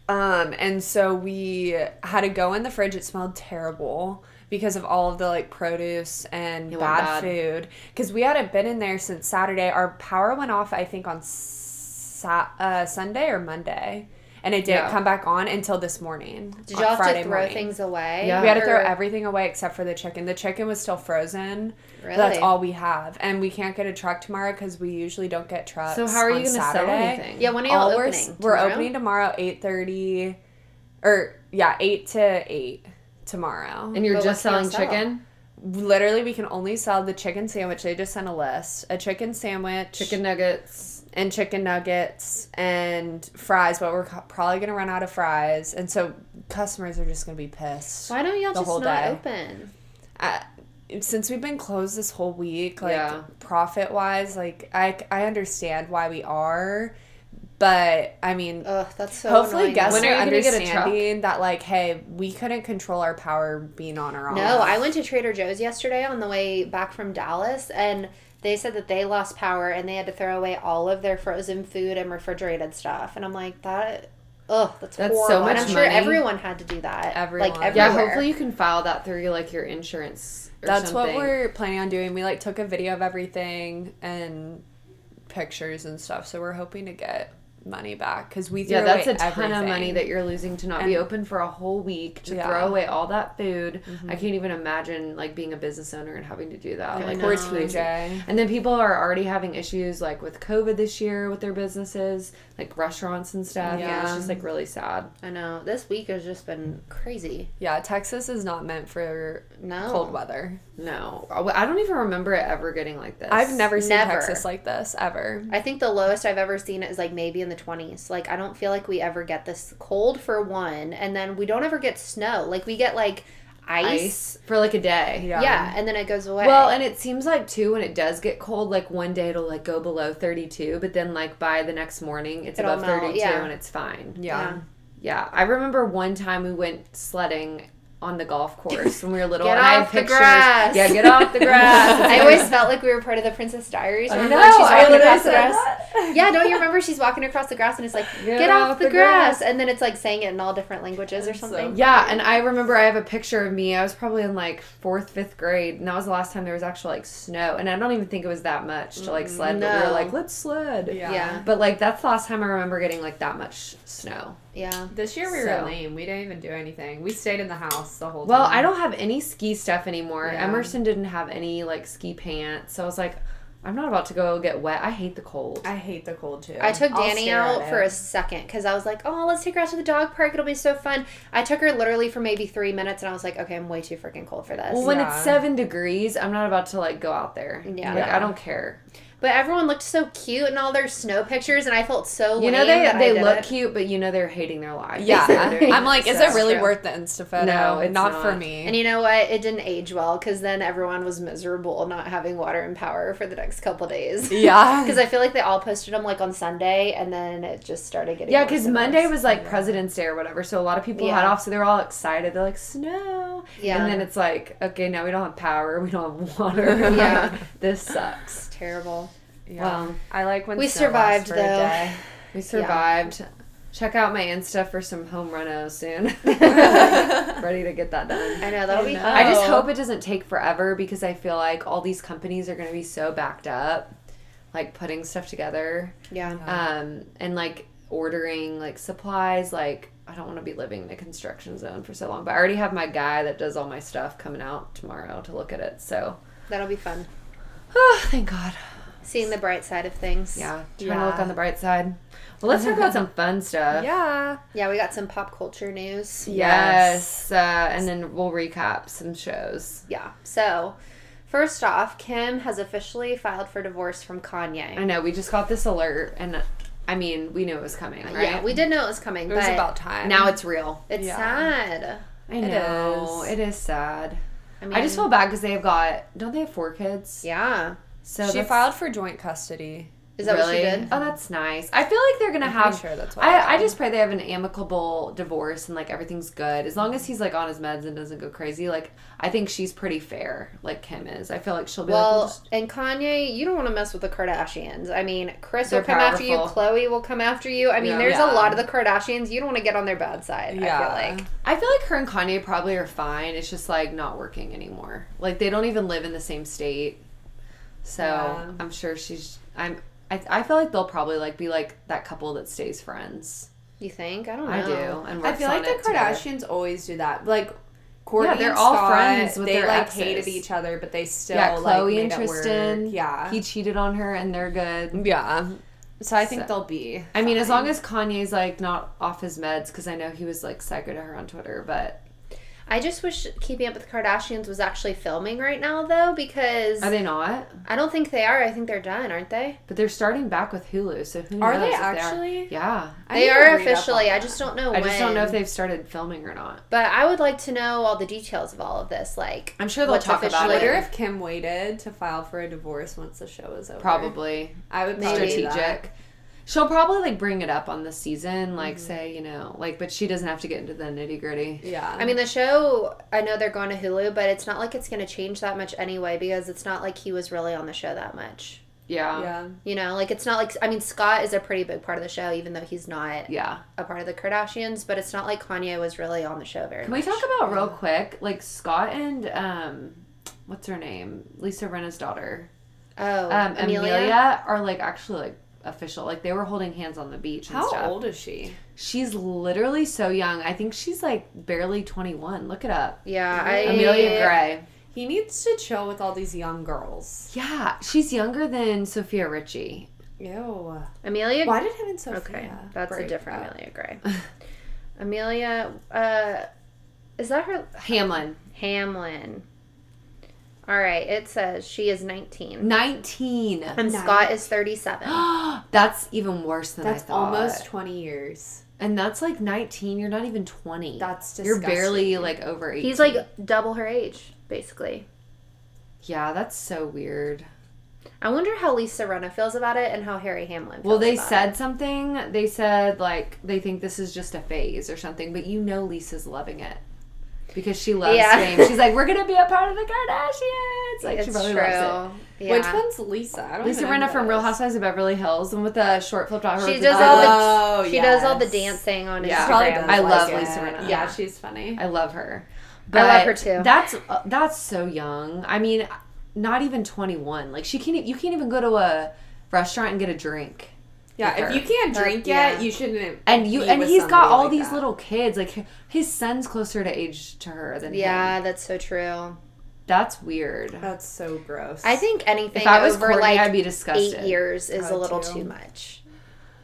C: Um, and so we had to go in the fridge. It smelled terrible because of all of the like produce and
A: It went
C: bad,
A: bad.
C: food. Because we hadn't been in there since Saturday. Our power went off, I think, on sa- uh, Sunday or Monday, and it didn't
A: Yeah.
C: come back on until this morning.
B: Did
C: on
B: y'all have
C: Friday
B: to throw
C: morning.
B: things away?
A: Yeah.
C: We had to throw
B: Or-
C: everything away except for the chicken. The chicken was still frozen.
B: Really?
C: That's all we have, and we can't get a truck tomorrow because we usually don't get trucks.
A: So how are you
C: on
A: going to sell
C: Saturday.
A: anything?
B: Yeah, when are y'all
C: All we're,
B: opening?
C: we're
B: Tomorrow?
C: opening tomorrow, eight thirty, or yeah, eight to eight tomorrow.
A: and you're
B: But
A: just
B: what can
A: selling
B: you sell?
A: chicken,
C: Literally, we can only sell the chicken sandwich. They just sent a list: a chicken sandwich,
A: chicken nuggets.
C: and chicken nuggets and fries. But we're co- probably gonna run out of fries, and so customers are just gonna be pissed.
B: Why don't y'all
C: The
B: just
C: whole
B: not
C: day.
B: open?
C: I, since we've been closed this whole week, like
A: Yeah.
C: profit wise, like I I understand why we are, but I mean,
B: Ugh, that's so
C: hopefully
B: annoying.
C: guests
A: When
C: are,
A: are you gonna get a
C: understanding that like, hey, we couldn't control our power being on our own.
B: No, I went to Trader Joe's yesterday on the way back from Dallas, and they said that they lost power and they had to throw away all of their frozen food and refrigerated stuff. And I'm like, that Ugh, that's,
A: That's so
B: horrible. And
A: much
B: I'm sure
A: money.
B: everyone had to do that.
C: Everyone.
B: Like
C: Yeah,
B: everywhere.
A: Yeah, hopefully you can file that through like your insurance. Or
C: That's
A: something.
C: what we're planning on doing. We like took a video of everything and pictures and stuff. So we're hoping to get money back because we threw
A: Yeah, that's a
C: away
A: ton of
C: everything.
A: money that you're losing to not be
C: And-
A: open for a whole week to
C: Yeah. Mm-hmm.
A: throw away all that food. I can't even imagine like being a business owner and having to do that.
B: I
A: like
B: know.
A: it's
C: Poor
A: crazy.
C: TJ.
A: And then people are already having issues like with COVID this year with their businesses, like restaurants and stuff. Yeah, it's
C: Yeah.
A: just like really sad.
B: I know. This week has just been crazy.
C: Yeah, Texas is not meant for
B: No.
C: cold weather.
A: No, I I don't even remember it ever getting like this.
C: I've never seen
B: Never.
C: Texas like this ever.
B: I think the lowest I've ever seen it is like maybe in the 20s. Like, I don't feel like we ever get this cold for one, and then we don't ever get snow. Like, we get like ice.
A: ice for like a day.
B: Yeah, and then it goes away.
A: Well, and it seems like too when it does get cold, like one day it'll like go below 32, but then like by the next morning it's
B: It'll
A: above
B: melt,
A: 32
B: yeah.
A: and it's fine.
C: Yeah.
B: Yeah.
A: Yeah, I remember one time we went sledding on the golf course when we were little
B: Get
A: and I had
B: off the
A: pictures.
B: grass.
A: Yeah, get off the grass.
B: I always felt like we were part of the Princess Diaries.
A: I
B: Remember
A: know,
B: when she's
A: I
B: walking
A: literally
B: across the
A: said
B: grass?
A: that.
B: Yeah, don't you remember she's walking across the grass and it's like, get, off, the, grass. And then it's like saying it in all different languages or
C: That's so
B: something.
A: Yeah, and I remember I have a picture of me. I was probably in like fourth, fifth grade, and that was the last time there was actually like snow. And I don't even think it was that much to like sled, but we
B: No.
A: were like, let's sled.
C: Yeah.
B: Yeah.
A: But like that's the last time I remember getting like that much snow.
B: Yeah.
C: This year we
A: So-
C: were lame. We didn't even do anything. We stayed in the house the whole
A: Well,
C: time.
A: I don't have any ski stuff anymore.
C: Yeah.
A: Emerson didn't have any like ski pants, so I was like, I'm not about to go get wet. I hate the cold.
C: I hate the cold too.
B: I took
C: I'll
B: Danny
C: stare
B: out
C: at
B: for
C: it.
B: a second because I was like, oh, let's take her out to the dog park. It'll be so fun. I took her literally for maybe three minutes and I was like, okay, I'm way too freaking cold for this.
A: well, when
C: Yeah.
A: it's seven degrees, I'm not about to like go out there.
B: Yeah.
A: like
C: Yeah.
A: I don't care.
B: but everyone looked so cute in all their snow pictures and I felt so
A: You know
B: lame
A: they
B: that I
A: they
B: did
A: look
B: it.
A: cute, but you know they're hating their lives.
C: Yeah,
A: They're-
C: I'm like, is
A: so-
C: it really
B: True.
C: worth the Insta photo?
A: No, it's
C: not,
A: not.
C: for me.
B: And you know what? It didn't age well because then everyone was miserable not having water and power for the next couple days.
C: yeah,
B: Because I feel like they all posted them like on Sunday and then it just started getting
A: Yeah,
B: worse
A: because
B: and
A: Monday
B: worse.
A: was like President's Day or whatever, so a lot of people
B: Yeah.
A: had off, so they were all excited. They're like, snow.
B: Yeah.
A: And then it's like, okay, now we don't have power, we don't have water.
B: Yeah.
A: this sucks.
B: terrible.
C: yeah.
A: Well,
C: I like when
B: we
C: snow
B: survived,
C: lasts for a
B: though.
C: day.
A: We survived. Check out my Insta for some home renos soon. Ready to get that done.
B: I know that'll be
C: know.
B: fun.
A: I just
C: Oh.
A: hope it doesn't take forever because I feel like all these companies are going to be so backed up, like putting stuff together
B: yeah.
A: um, and like ordering like supplies. Like, I don't want to be living in a construction zone for so long, but I already have my guy that does all my stuff coming out tomorrow to look at it. So,
B: That'll be fun.
A: oh, thank God.
B: Seeing the bright side of things.
A: Yeah, trying to look
C: Yeah.
A: on the bright side. Well, let's talk about some fun stuff.
C: Yeah.
B: Yeah, we got some pop culture news.
A: Yes. Uh, and then we'll recap some shows.
B: Yeah. So, first off, Kim has officially filed for divorce from Kanye.
A: I know, we just got this alert, and uh, I mean, we knew it was coming, right?
B: Yeah, we did know it was coming,
C: It
B: but
C: was about time.
A: now it's real.
B: it's
C: Yeah.
B: sad.
A: I
C: It
A: know.
C: is.
A: It is, sad.
B: I
A: I,
B: mean,
A: just feel bad because they've got, don't they have four kids?
B: yeah.
A: So
C: she
A: that's-
C: filed for joint custody.
B: Is that what she
A: really-
B: did?
A: Oh, that's nice. I feel like they're going to
C: I'm pretty
A: have.
C: sure that's what I
A: I, I
C: read.
A: just pray they have an amicable divorce and like everything's good. As long as he's like on his meds and doesn't go crazy, like I think she's pretty fair, like Kim is. I feel like she'll be like, we'll
B: Well,
A: just-
B: and Kanye, you don't want to mess with the Kardashians. I mean, Chris
A: They're
B: will come after you.
A: powerful.
B: Chloe will come after you. I mean,
C: Yeah.
B: there's
A: Yeah.
B: a lot of the Kardashians. You don't want to get on their bad side. I
C: Yeah.
B: feel like.
A: I feel like her and Kanye probably are fine. It's just like not working anymore. Like they don't even live in the same state. So
C: Yeah.
A: I'm sure she's. I'm. I, I feel like they'll probably like be like that couple that stays friends.
B: You think? I don't know.
A: I do. And
C: I
A: works
C: feel
A: on
C: like
A: it
C: the
A: together.
C: Kardashians always do that. Like Courtney
A: Yeah, they're
C: and
A: all
C: Scott,
A: friends with
C: they
A: their
C: like
A: exes.
C: hated each other, but they still
A: Yeah,
C: like
A: Chloe
C: made
A: and
C: it work.
A: Tristan.
C: Yeah,
A: he cheated on her, and they're good.
C: yeah. So I think
A: So-
C: they'll be.
A: I mean, as long as Kanye's like not off his meds, because I know he was like psycho to her on Twitter, but
B: I just wish Keeping Up with the Kardashians was actually filming right now, though, because
A: are they not?
B: I don't think they are. I think they're done, aren't they?
A: But they're starting back with Hulu, so who knows?
C: Are they
A: if
C: actually?
A: Yeah,
C: I
B: they
C: need to
B: are
C: read up on
B: officially. I
C: that.
B: just don't know
A: I
B: when.
A: just don't know if they've started filming or not.
B: But I would like to know all the details of all of this. Like,
A: I'm sure they'll
B: what's
A: talk
C: I
A: about
B: officially-
C: wonder if Kim waited to file for a divorce once the show was over.
A: Probably.
C: I would probably do
A: strategic.
C: that.
A: She'll probably like bring it up on the season, like say, you know, like, but she doesn't have to get into the nitty gritty.
C: Yeah.
B: I mean, the show, I know they're going to Hulu, but it's not like it's going to change that much anyway because it's not like he was really on the show that much.
A: Yeah. Yeah.
C: Yeah.
B: You know, like it's not like I mean Scott is a pretty big part of the show, even though he's not a part of the Kardashians. But it's not like Kanye was really on the show very.
A: Can we
B: much.
A: talk about real quick, like Scott and um, what's her name, Lisa Rinna's daughter,
B: Oh,
A: um, Amelia.
B: Amelia.
A: are like actually like official. Like they were holding hands on the beach. And
C: How
A: stuff.
C: old is she?
A: She's literally so young. I think she's like barely twenty one. Look it up.
B: Yeah, I,
A: Mm-hmm. Amelia Gray.
C: He needs to chill with all these young girls.
A: Yeah, she's younger than Sophia Richie.
C: Ew.
B: Amelia.
C: Why did him and Sophia?
B: Okay, that's a
C: break
B: different
C: up?
B: Amelia Gray. Amelia, uh, is that her
A: Hamlin,
B: Hamlin? All right, it says she is 19
A: nineteen.
B: and
C: Nice.
B: Scott is 37.
A: that's even worse than I
C: That's
A: thought.
C: almost 20 years.
A: and that's like nineteen. You're not even twenty.
C: That's
A: you're barely
C: disgusting.
A: like over eighteen.
B: He's like double her age, basically.
A: yeah, that's so weird.
B: I wonder how Lisa Renna feels about it and how Harry Hamlin. Feels
A: Well, they
B: about
A: said something. They said like they think this is just a phase or something, but you know Lisa's loving it because she loves
B: Yeah.
A: fame. She's like, we're gonna be a part of the Kardashians. Like
B: it.
A: she
B: It's
A: probably
B: true.
A: loves
B: Yeah.
C: Which one's Lisa? I
A: it.
C: don't
A: Lisa
C: even know
A: Rinna from
C: this.
A: Real Housewives of Beverly Hills and with the short flipped out.
B: She does all the
C: Oh,
B: she does all the
C: yes.
B: dancing on
A: Yeah.
C: Probably
B: Instagram.
C: doesn't
A: I
C: like
A: love
C: it.
A: Lisa Rinna.
C: Yeah, she's funny.
A: I love her.
B: I love her too.
A: That's uh, that's so young. I mean, not even twenty one. Like she can't. e- You can't even go to a restaurant and get a drink.
C: Yeah,
A: Her.
C: if you can't
B: But,
C: drink
B: yeah.
C: yet, you shouldn't.
A: And you
C: be
A: and
C: with
A: he's got
C: somebody
A: all
C: like
A: these
C: that.
A: little kids. Like h- his son's closer to age to her than him.
B: Yeah, that's so true.
A: That's weird.
C: That's so gross.
B: I think anything
A: If I was
B: over
A: Courtney,
B: like
A: I'd be disgusted.
B: eight years is
C: I
B: a
C: would
B: little
C: too.
B: too much.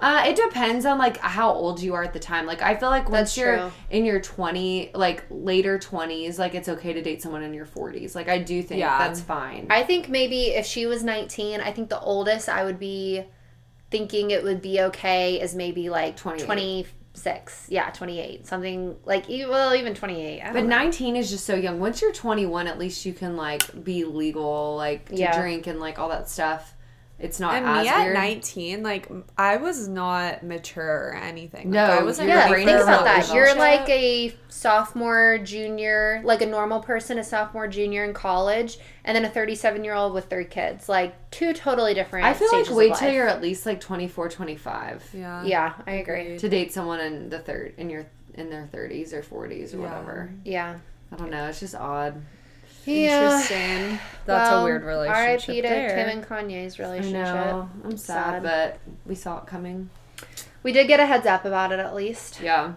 A: Uh, it depends on like how old you are at the time. Like I feel like once
B: That's
A: you're
B: true.
A: in your twenty, like later twenties, like it's okay to date someone in your forties. Like I do think
C: Yeah.
A: that's fine.
B: I think maybe if she was 19, I think the oldest I would be thinking it would be okay is maybe like
A: 28.
B: 26. Yeah, 28. Something like, e- well, even 28. I don't
A: but
B: know.
A: 19 is just so young. Once you're 21, at least you can like be legal, like to
B: Yeah.
A: drink and like all that stuff. It's not
C: And
A: as
C: me at
A: weird.
C: 19, like m- I was not mature or anything. Like,
A: No,
C: I wasn't
A: your
B: yeah,
A: brain
B: think
A: for a
B: about that.
A: relationship.
B: You're like a sophomore, junior, like a normal person, a sophomore, junior in college, and then a 37 year old with three kids. Like two totally different.
A: I feel like
B: stages of
A: wait
B: life.
A: till you're at least like 24, 25
C: Yeah.
B: Yeah, I agree.
A: to date someone in the third in your in their 30s or 40s or
C: Yeah.
A: whatever.
B: Yeah.
A: I don't know. It's just odd.
B: Yeah.
C: Interesting. That's
B: Well,
C: a weird relationship.
B: R.I.P. to
C: there.
B: Kim and Kanye's
A: I
B: relationship.
A: know. I'm sad,
B: Sad.
A: but we saw it coming.
B: We did get a heads up about it at least.
A: Yeah.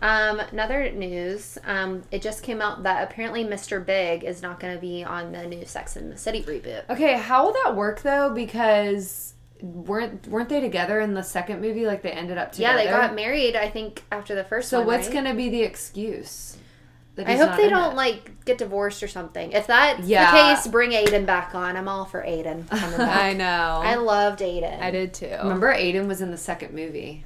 B: Um, another news. Um, it just came out that apparently Mr. Big is not going to be on the new Sex and the City reboot.
A: Okay, how will that work though? Because weren't weren't they together in the second movie? Like they ended up
B: Yeah,
A: together.
B: they got married. I think after the first
A: So
B: one.
A: what's
B: right?
A: gonna be the excuse? that
B: I
A: he's
B: hope
A: not
B: they
A: in
B: don't
A: it?
B: like get divorced or something. If that's
A: Yeah.
B: the case, bring Aiden back on. I'm all for Aiden. coming back.
C: I know.
B: I loved Aiden.
C: I did too.
A: Remember, Aiden was in the second movie.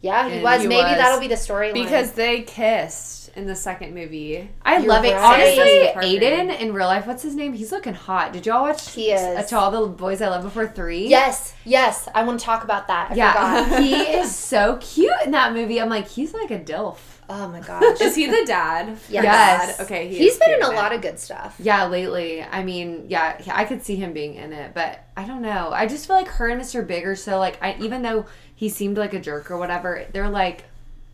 B: Yeah, he
A: And
B: was.
C: he
B: Maybe
C: was.
B: that'll be the storyline.
C: Because they kissed in the second movie.
A: I
B: You're
A: love it.
B: right.
A: Honestly,
C: Parker.
A: Aiden in real life, what's his name? He's looking hot. Did y'all watch
B: He is.
A: To All the Boys I Love Before Three?
B: yes, yes, I want to talk about that. I
A: Yeah.
B: forgot.
A: he is so cute in that movie. I'm like, he's like a DILF.
B: oh my gosh.
C: Is he the dad?
B: Yes.
A: Yes.
C: Dad? Okay. He
B: He's
C: is
B: been
C: cute
B: in a
C: it.
B: lot of good stuff.
A: Yeah, lately. I mean, yeah, I could see him being in it, but I don't know. I just feel like her and Mr. Big are so like, I, even though he seemed like a jerk or whatever, they're like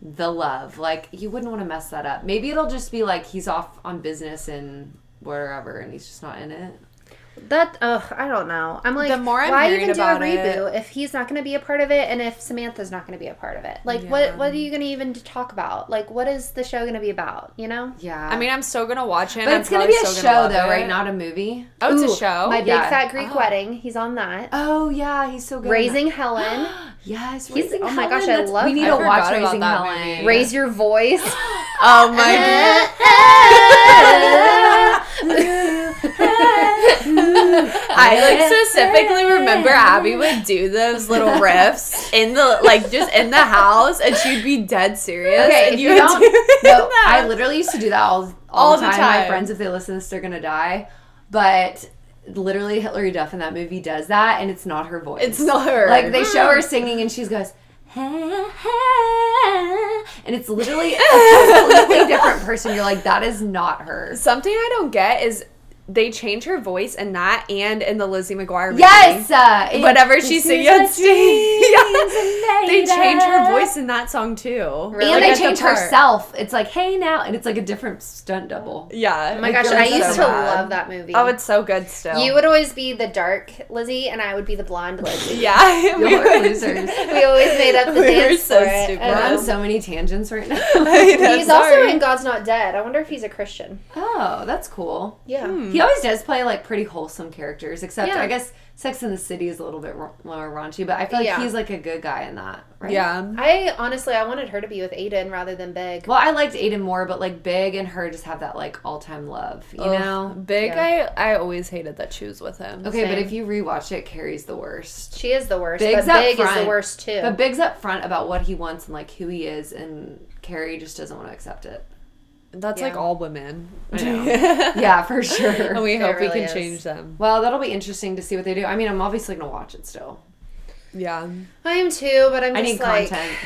A: the love. Like, you wouldn't want to mess that up. Maybe it'll just be like he's off on business and wherever and he's just not in it.
B: That ugh, I don't know. I'm like,
C: The more I'm
B: why
C: worried
B: even do a
C: about
B: reboot if he's not going to be a part of it, and if Samantha's not going to be a part of it? Like, what
C: Yeah.
B: what are you going to even talk about? Like, what is the show going to be about? You know?
A: Yeah.
C: I mean, I'm still gonna watch it.
A: but
C: I'm
A: it's going to
C: probably
A: be a
C: still gonna
A: show,
C: love
A: though,
C: it.
A: right? Not a movie.
C: Oh, it's
B: Ooh,
C: a show.
B: My
A: Yeah.
B: Big Fat Greek
C: Oh.
B: Wedding. He's on that.
A: Oh, yeah. He's so good. in
B: Raising
A: that.
B: Helen.
A: Yes.
B: He's-
A: Raising
B: oh my gosh, I
A: That's-
B: love-
A: We need
B: I
A: to watch
C: forgot about
A: Raising
C: that
A: Helen.
C: movie.
B: Raise your voice.
C: oh my. I like specifically remember Abby would do those little riffs in the like just in the house, and she'd be dead serious.
A: Okay,
C: and
A: if you, don't,
C: it
A: no,
C: in the
A: I
C: house.
A: literally used to do that all, all, the, time. My
C: time.
A: friends, if they listen to this, they're gonna die. But literally, Hilary Duff in that movie does that, and it's not her Hmm. voice.
C: It's not her. Hmm.
A: like they show her singing, and she goes, "Ha, ha," and it's literally a completely different person. You're like, that is not her.
C: Something I don't get is they change her voice in that and in the Lizzie McGuire movie.
A: Yes, uh, it-
C: Whatever she
A: this
C: sings.
A: is what dreams
C: Yeah.
A: are
C: They
A: made
C: change her
A: of.
C: voice in that song too.
B: Really?
A: and
B: Like
A: they
C: at the
A: change
C: part.
A: herself. It's like, hey now, and it's like a different stunt double.
C: Yeah.
B: Oh my
C: it
B: gosh,
C: feels
B: I
A: so
B: used to
C: bad.
B: love that movie.
C: Oh, it's so good still.
B: you would always be the dark Lizzie, and I would be the blonde Lizzie.
C: Yeah.
A: Y'all are
C: would-
A: losers.
B: We always made up the
C: We were
B: dance
C: so
B: for it.
C: stupid.
B: I
A: We're
B: know.
A: on so many tangents right now.
C: I know,
B: he's
C: sorry.
B: also in God's Not Dead. I wonder if he's a Christian.
A: oh, that's cool.
B: Yeah.
A: He always does play like pretty wholesome characters, except
B: Mm. Yeah.
A: I guess Sex in the City is a little bit ra- more raunchy, but I feel like
B: Yeah.
A: he's like a good guy in that, right?
C: Yeah.
B: I honestly, I wanted her to be with Aiden rather than Big.
A: Well, I liked Aiden more, but like Big and her just have that like all time love, you
C: Ugh,
A: know?
C: big.
B: Yeah.
C: I I always hated that she was with him.
A: Okay, but
B: Same.
A: if you rewatch it, Carrie's the worst.
B: She is the worst,
A: Big's
B: but
A: up
B: Big is
A: front.
B: the worst too.
A: But Big's up front about what he wants and like who he is, and Carrie just doesn't want to accept it.
C: That's like
B: Yeah.
C: all women.
A: I know. Yeah, for
C: and
A: sure.
C: we
B: It
C: hope we
B: really
C: can
B: is.
C: change them.
A: Well, that'll be interesting to see what they do. I mean, I'm obviously gonna watch it still.
C: Yeah,
B: I am too, but I'm
A: I
B: just
A: need
B: like,
A: content.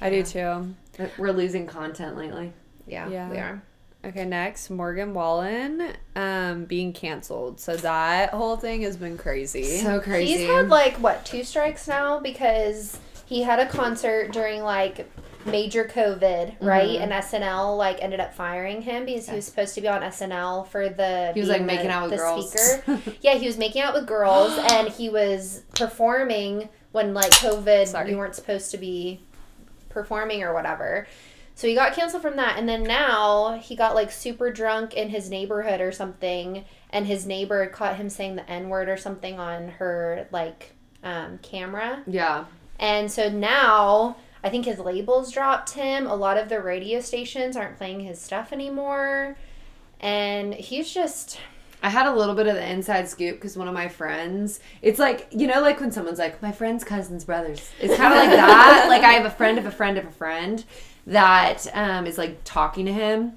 C: I do too.
A: We're losing content lately.
B: Yeah,
C: Yeah.
B: we are.
C: Okay, next Morgan Wallen um, being canceled. So that whole thing has been crazy.
A: So crazy.
B: He's had like what two strikes now because he had a concert during like major COVID,
A: Mm-hmm.
B: right? And SNL like ended up firing him because he was supposed to be on SNL for the
A: He was, like,
B: being
A: making out with girls.
B: Speaker. yeah, he was making out with girls, and he was performing when like COVID,
C: Sorry.
B: you weren't supposed to be performing or whatever. So he got canceled from that, and then now he got like super drunk in his neighborhood or something, and his neighbor caught him saying the N word or something on her like um, camera,
A: yeah.
B: and so now I think his labels dropped him. A lot of the radio stations aren't playing his stuff anymore, and he's just
A: I had a little bit of the inside scoop because one of my friends, it's like, you know, like when someone's like, my friend's cousin's brothers. It's kind of like that. Like, I have a friend of a friend of a friend that um, is like talking to him.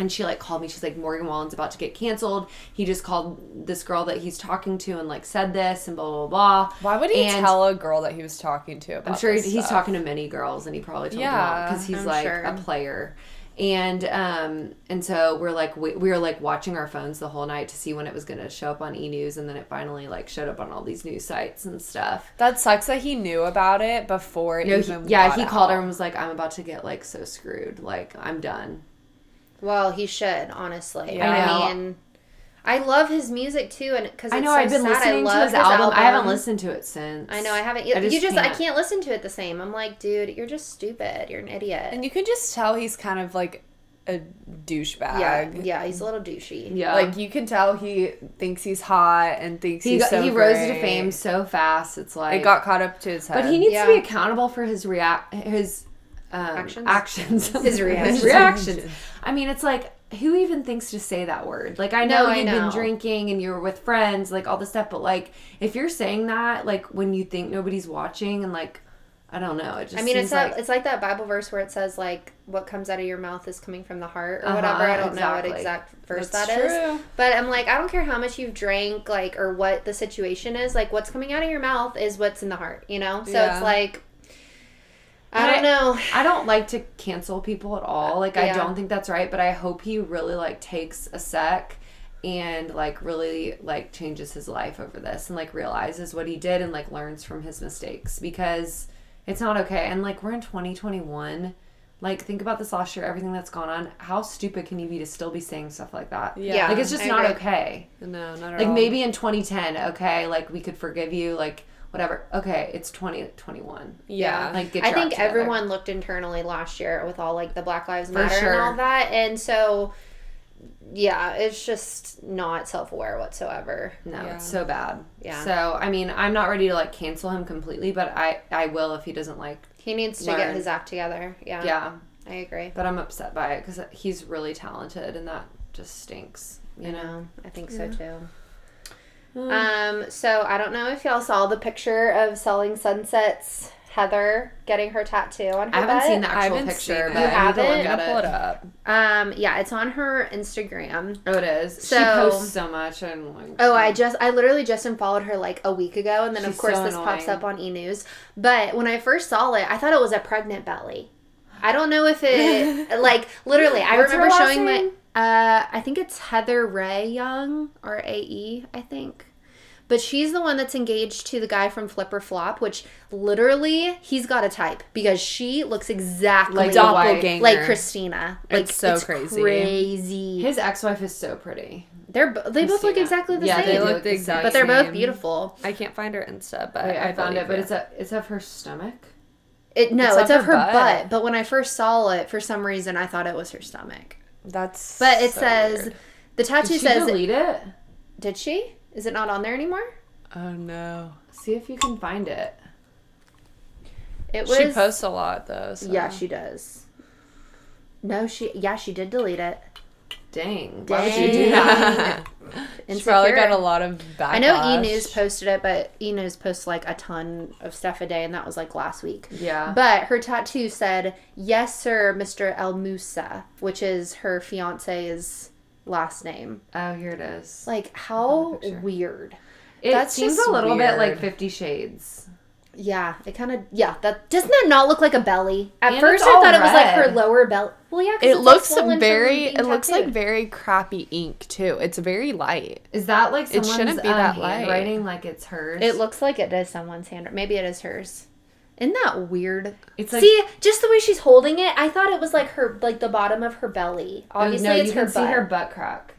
A: And she like called me. She's like, Morgan Wallen's about to get canceled. He just called this girl that he's talking to and like said this and blah, blah, blah.
C: Why would he
A: And
C: tell a girl that he was talking to about?
A: I'm sure
C: this
A: he's, he's
C: stuff?
A: talking to many girls, and he probably told them
C: Yeah,
A: all because he's
B: I'm
A: like
B: sure.
A: a player. And um, and so we're like we, we were like watching our phones the whole night to see when it was going to show up on E News, and then it finally like showed up on all these news sites and stuff.
C: That sucks that he knew about it before. it
A: No, he,
C: even
A: yeah,
C: got
A: he called her
C: out.
A: and was like, "I'm about to get like so screwed. Like I'm done."
B: well, he should honestly.
C: Yeah.
A: I
B: I,
A: know.
B: mean, I love his music too, and because
A: I know I've been listening to his, album. I haven't listened to it since.
B: I know I haven't. You you just, I can't listen to it the same. I'm like, dude, you're just stupid. You're an idiot.
C: And you can just tell he's kind of like a douchebag.
B: Yeah, Uh, yeah, he's a little douchey.
A: Yeah,
C: Like you can tell he thinks he's hot and thinks
A: he
C: he's
A: got,
C: so
A: he rose to
C: great.
A: fame so fast. It's like
C: It got caught up to his head.
A: But he needs to be
B: Yeah.
A: accountable for his react his um,
B: Actions?
A: actions.
B: His reactions.
A: reactions. I mean, it's like who even thinks to say that word? Like I know
B: No, I
A: you've
B: know.
A: been drinking and you were with friends, like all this stuff. But like if you're saying that, like when you think nobody's watching and like I don't know, it just
B: I mean, it's
A: seems like
B: that it's like that Bible verse where it says like, "What comes out of your mouth is coming from the heart" or
A: Uh-huh,
B: whatever. I don't know
A: exactly.
B: what exact verse
C: That's
B: that is.
C: true.
B: but I'm like, I don't care how much you've drank, like, or what the situation is. Like, what's coming out of your mouth is what's in the heart, you know. So
C: Yeah.
B: it's like, I
A: And
B: don't know.
A: I don't like to cancel people at all. Like I
B: Yeah.
A: don't think that's right, but I hope he really like takes a sec and like really like changes his life over this and like realizes what he did and like learns from his mistakes because it's not okay. And like we're in 2021. Like think about this last year, everything that's gone on. How stupid can you be to still be saying stuff like that?
C: Yeah.
B: Yeah.
A: Like it's just
B: I
A: not
B: agree.
A: okay.
C: no, not at
A: Like
C: all.
A: maybe in 2010, okay, like we could forgive you, like whatever. Okay, it's 2021.
C: Yeah.
A: Like get
B: I
A: your act
B: think
A: together.
B: everyone looked internally last year with all like the Black Lives Matter
A: sure.
B: and all that, and so yeah, it's just not self aware whatsoever.
A: No,
C: Yeah.
A: it's so bad.
B: Yeah.
A: So I mean, I'm not ready to like cancel him completely, but I I will if he doesn't like.
B: He needs to
A: Learn.
B: get his act together. Yeah,
A: Yeah.
B: I agree.
A: But I'm upset by it because he's really talented, and that just stinks. You
B: I
A: know.
B: know. I think so too.
A: Oh.
B: Um, so I don't know if y'all saw the picture of Selling Sunsets Heather getting her tattoo on her
A: I haven't
B: butt.
A: seen the
C: I
A: actual
C: haven't
A: picture,
C: seen
A: but
B: it.
A: I need to
B: Haven't?
A: look
C: Gonna
A: at
C: pull it
A: it.
C: up.
B: Um, yeah, it's on her Instagram.
A: Oh, it is. she
B: So-
A: posts so much, and like.
B: Oh, I just I literally just unfollowed her like a week ago and then
A: She's
B: of course
A: so
B: this pops
A: annoying.
B: up on E News. But when I first saw it, I thought it was a pregnant belly. I don't know if it like literally I
A: What's her
B: remember
A: last
B: showing my
A: name?
B: Uh, I think it's Heather Ray Young or AE, I think. But she's the one that's engaged to the guy from Flipper Flop, which literally he's got a type because she looks exactly
A: Like
B: like,
A: the wife.
C: doppelganger.
B: Christina. Like
C: It's so crazy.
B: crazy.
A: His ex-wife is so pretty.
B: They're bo- they both look
C: Christina.
B: exactly the
A: Yeah,
B: same.
A: they
C: They
A: look
C: look the exact
B: but they're both
C: same.
B: beautiful.
C: I can't find her Insta, but
A: Wait, I, found it, but it's
C: a,
A: a, it's of her stomach.
B: It no,
C: It's
B: it's,
C: on
B: of her
C: her
B: butt.
C: butt.
B: But when I first saw it, for some reason, I thought it was her stomach.
C: that's.
B: But it
C: so
B: says
C: weird.
B: the tattoo
A: Did she
B: says.
A: delete it?
B: Did she? Is it not on there anymore?
C: Oh no.
A: See if you can find it.
B: It was.
C: She posts a lot though. So.
B: Yeah, she does. No, she. Yeah, she did delete it.
A: Dang.
B: Dang.
A: Why would you do that?
C: She probably
B: Insecure.
C: got a lot of backlash.
B: I know E News posted it, but E News posts like a ton of stuff a day, and that was like last week.
A: yeah.
B: But her tattoo said, Yes, sir, Mr. El Musa, which is her fiance's last name.
A: Oh, here it is.
B: Like, how
C: picture.
B: weird.
A: It
C: That's
A: seems
C: just
A: a little bit like
C: weird.
A: Fifty Shades.
B: Yeah, it kind of, yeah, that doesn't that not look like a belly? At
A: And
B: first,
A: it's
B: I
A: all
B: thought it was like her
A: red.
B: lower belly. Well, yeah, 'cause
C: It
B: it's, like,
C: looks
B: swollen from
C: very.
B: being
C: It looks like
B: tattooed.
C: very crappy ink too. It's very light.
A: Is that like
C: It
A: someone's
C: shouldn't be
A: uh,
C: that light.
A: handwriting? Like it's hers.
B: It looks like it is someone's hand. Maybe it is hers. Isn't that weird?
A: It's like-
B: See, just the way she's holding it, I thought it was like her, like the bottom of her belly.
A: Oh,
B: Obviously,
A: no,
B: it's
A: you
B: her
A: can see
B: butt.
A: her butt crack.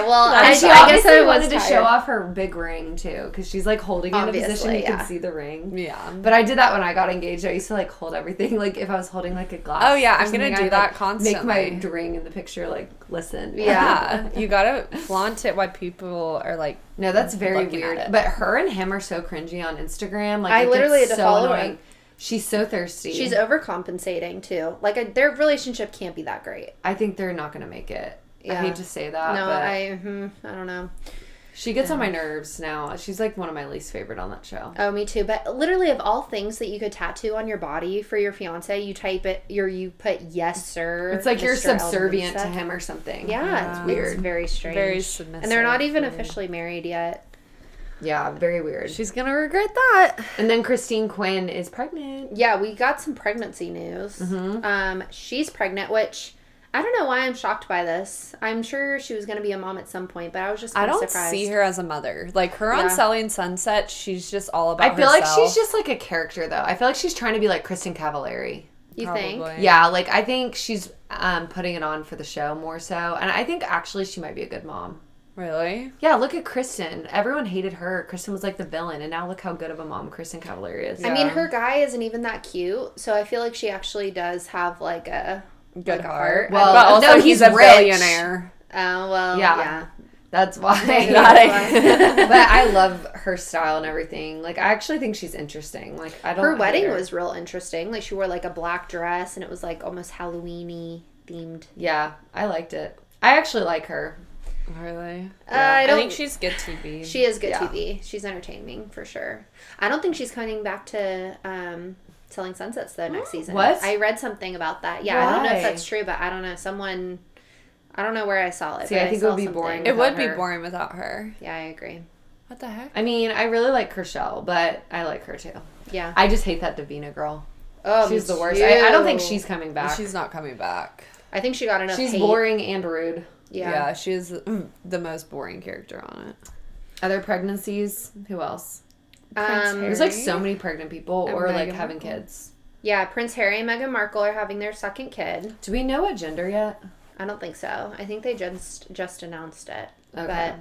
B: well, I,
A: And
B: I
A: she
B: guess
A: obviously
B: I was
A: wanted to show
B: tired.
A: off her big ring too, because she's like holding it in a position
B: Obviously,
A: you
B: yeah.
A: can see the ring.
C: Yeah.
A: But I did that when I got engaged. I used to like hold everything, like if I was holding like a glass.
C: Oh, yeah,
A: or
C: I'm
A: something,
C: gonna do
A: I'd,
C: that
A: like, Make my
C: constantly.
A: ring in the picture like listen.
C: Yeah. you gotta flaunt it while people are like.
A: No, that's very
C: Looking at
A: weird.
C: it.
A: But her and him are so cringy on Instagram. Like
B: I
A: it
B: literally
A: gets
B: had to
A: so
B: follow
A: annoying.
B: him.
A: She's so thirsty.
B: She's overcompensating too. Like a, their relationship can't be that great.
A: I think they're not gonna make it.
B: Yeah.
A: I hate to say that.
B: no,
A: Uh, but
B: I hmm, I don't know.
A: She gets on my nerves now. She's like one of my least favorite on that show.
B: Oh, me too. But literally, of all things that you could tattoo on your body for your fiance, you type it. Your you put yes sir.
A: It's like you're
B: Mr. El
A: subservient to
B: Musa."
A: him or something.
B: Yeah, it's
C: Yeah.
B: weird.
A: Weird.
B: very strange.
C: Very submissive.
B: And they're not even officially married yet.
A: Yeah, very weird.
C: She's gonna regret that.
A: And then Christine Quinn is pregnant.
B: Yeah, we got some pregnancy news. Um, she's pregnant, which I don't know why I'm shocked by this. I'm sure she was going to be a mom at some point, but I was just
C: I
B: kinda
C: don't
B: surprised.
C: see her as a mother. Like her
B: Yeah.
C: on Selling Sunset, she's just all about.
A: I feel like
C: herself,
A: she's just like a character though. I feel like she's trying to be like Kristen Cavallari.
B: You think?
C: probably.
A: Yeah, like I think she's um, putting it on for the show more so. And I think actually she might be a good mom.
C: Really?
A: Yeah, look at Kristen. Everyone hated her. Kristen was like the villain, and now look how good of a mom Kristen Cavallari is.
B: I mean,
C: Yeah.
B: her guy isn't even that cute, so I feel like she actually does have like a like
C: Good
B: a heart.
C: heart.
A: Well,
C: but also
A: no,
C: he's,
A: he's
C: a
A: rich.
C: billionaire.
B: Oh well, yeah.
A: Yeah. That's why.
B: That's
A: but I love her style and everything. Like I actually think she's interesting. Like I don't.
B: Her
A: hate
B: wedding
A: her.
B: was real interesting. Like she wore like a black dress, and it was like almost Halloweeny themed.
A: Yeah, I liked it. I actually like her.
C: Really?
B: Uh, I
C: I,
B: don't.
C: think she's good TV.
B: she is good
A: Yeah.
B: TV. She's entertaining for sure. I don't think she's coming back to um, Selling Sunsets though next season.
A: What?
B: I read something about that. Yeah, I don't know if
A: Why?
B: that's true, but I don't know. Someone, I don't know where I saw it.
A: See,
B: but
A: I think it
B: saw
A: would be
B: something.
A: boring.
C: it would be
A: Without her.
C: boring without her.
B: Yeah, I agree.
C: What the heck?
A: I mean, I really like Kershell, but I like her too.
B: Yeah.
A: I just hate that Davina girl.
B: Oh,
A: she's
B: me
A: the worst. I, I don't think
B: too.
A: she's coming back. She's,
C: She's not coming back.
B: I think she got enough. hate.
A: boring and rude.
B: Yeah.
C: yeah she's the most boring character on it.
A: Other pregnancies? Who else?
C: Prince
B: Um,
A: There's like so many pregnant people
C: And
A: or like
C: Meghan
A: having
C: Markle.
A: kids.
B: yeah, Prince Harry and Meghan Markle are having their second kid.
A: Do we know what gender yet?
B: I don't think so. I think they just just announced it.
A: Okay.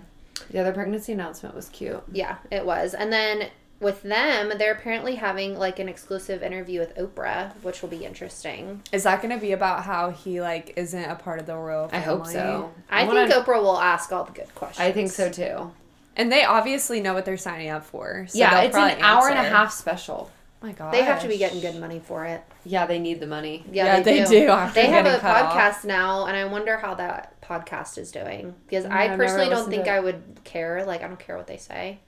A: Yeah, their pregnancy announcement was cute.
B: But yeah, it was. And then with them, they're apparently having like an exclusive interview with Oprah, which will be interesting.
C: Is that going to be about how he like isn't a part of the royal
A: I
C: family?
A: hope so.
B: I,
A: wanna-
B: think Oprah will ask all the good questions.
A: I think so too.
C: And they obviously know what they're signing up for. So
A: yeah,
C: they'll
A: it's an
C: probably
A: hour and a
C: answer.
A: half special.
C: Oh my god.
B: They have to be getting good money for it.
A: Yeah, they need the money.
B: Yeah,
C: Yeah,
B: they,
C: they
B: do.
C: do after
B: They have
C: getting
B: a
C: cut off.
B: podcast now, and I wonder how that podcast is doing because I
A: I've never
B: personally don't
A: listened
B: think
A: to it.
B: I would care. Like, I don't care what they say,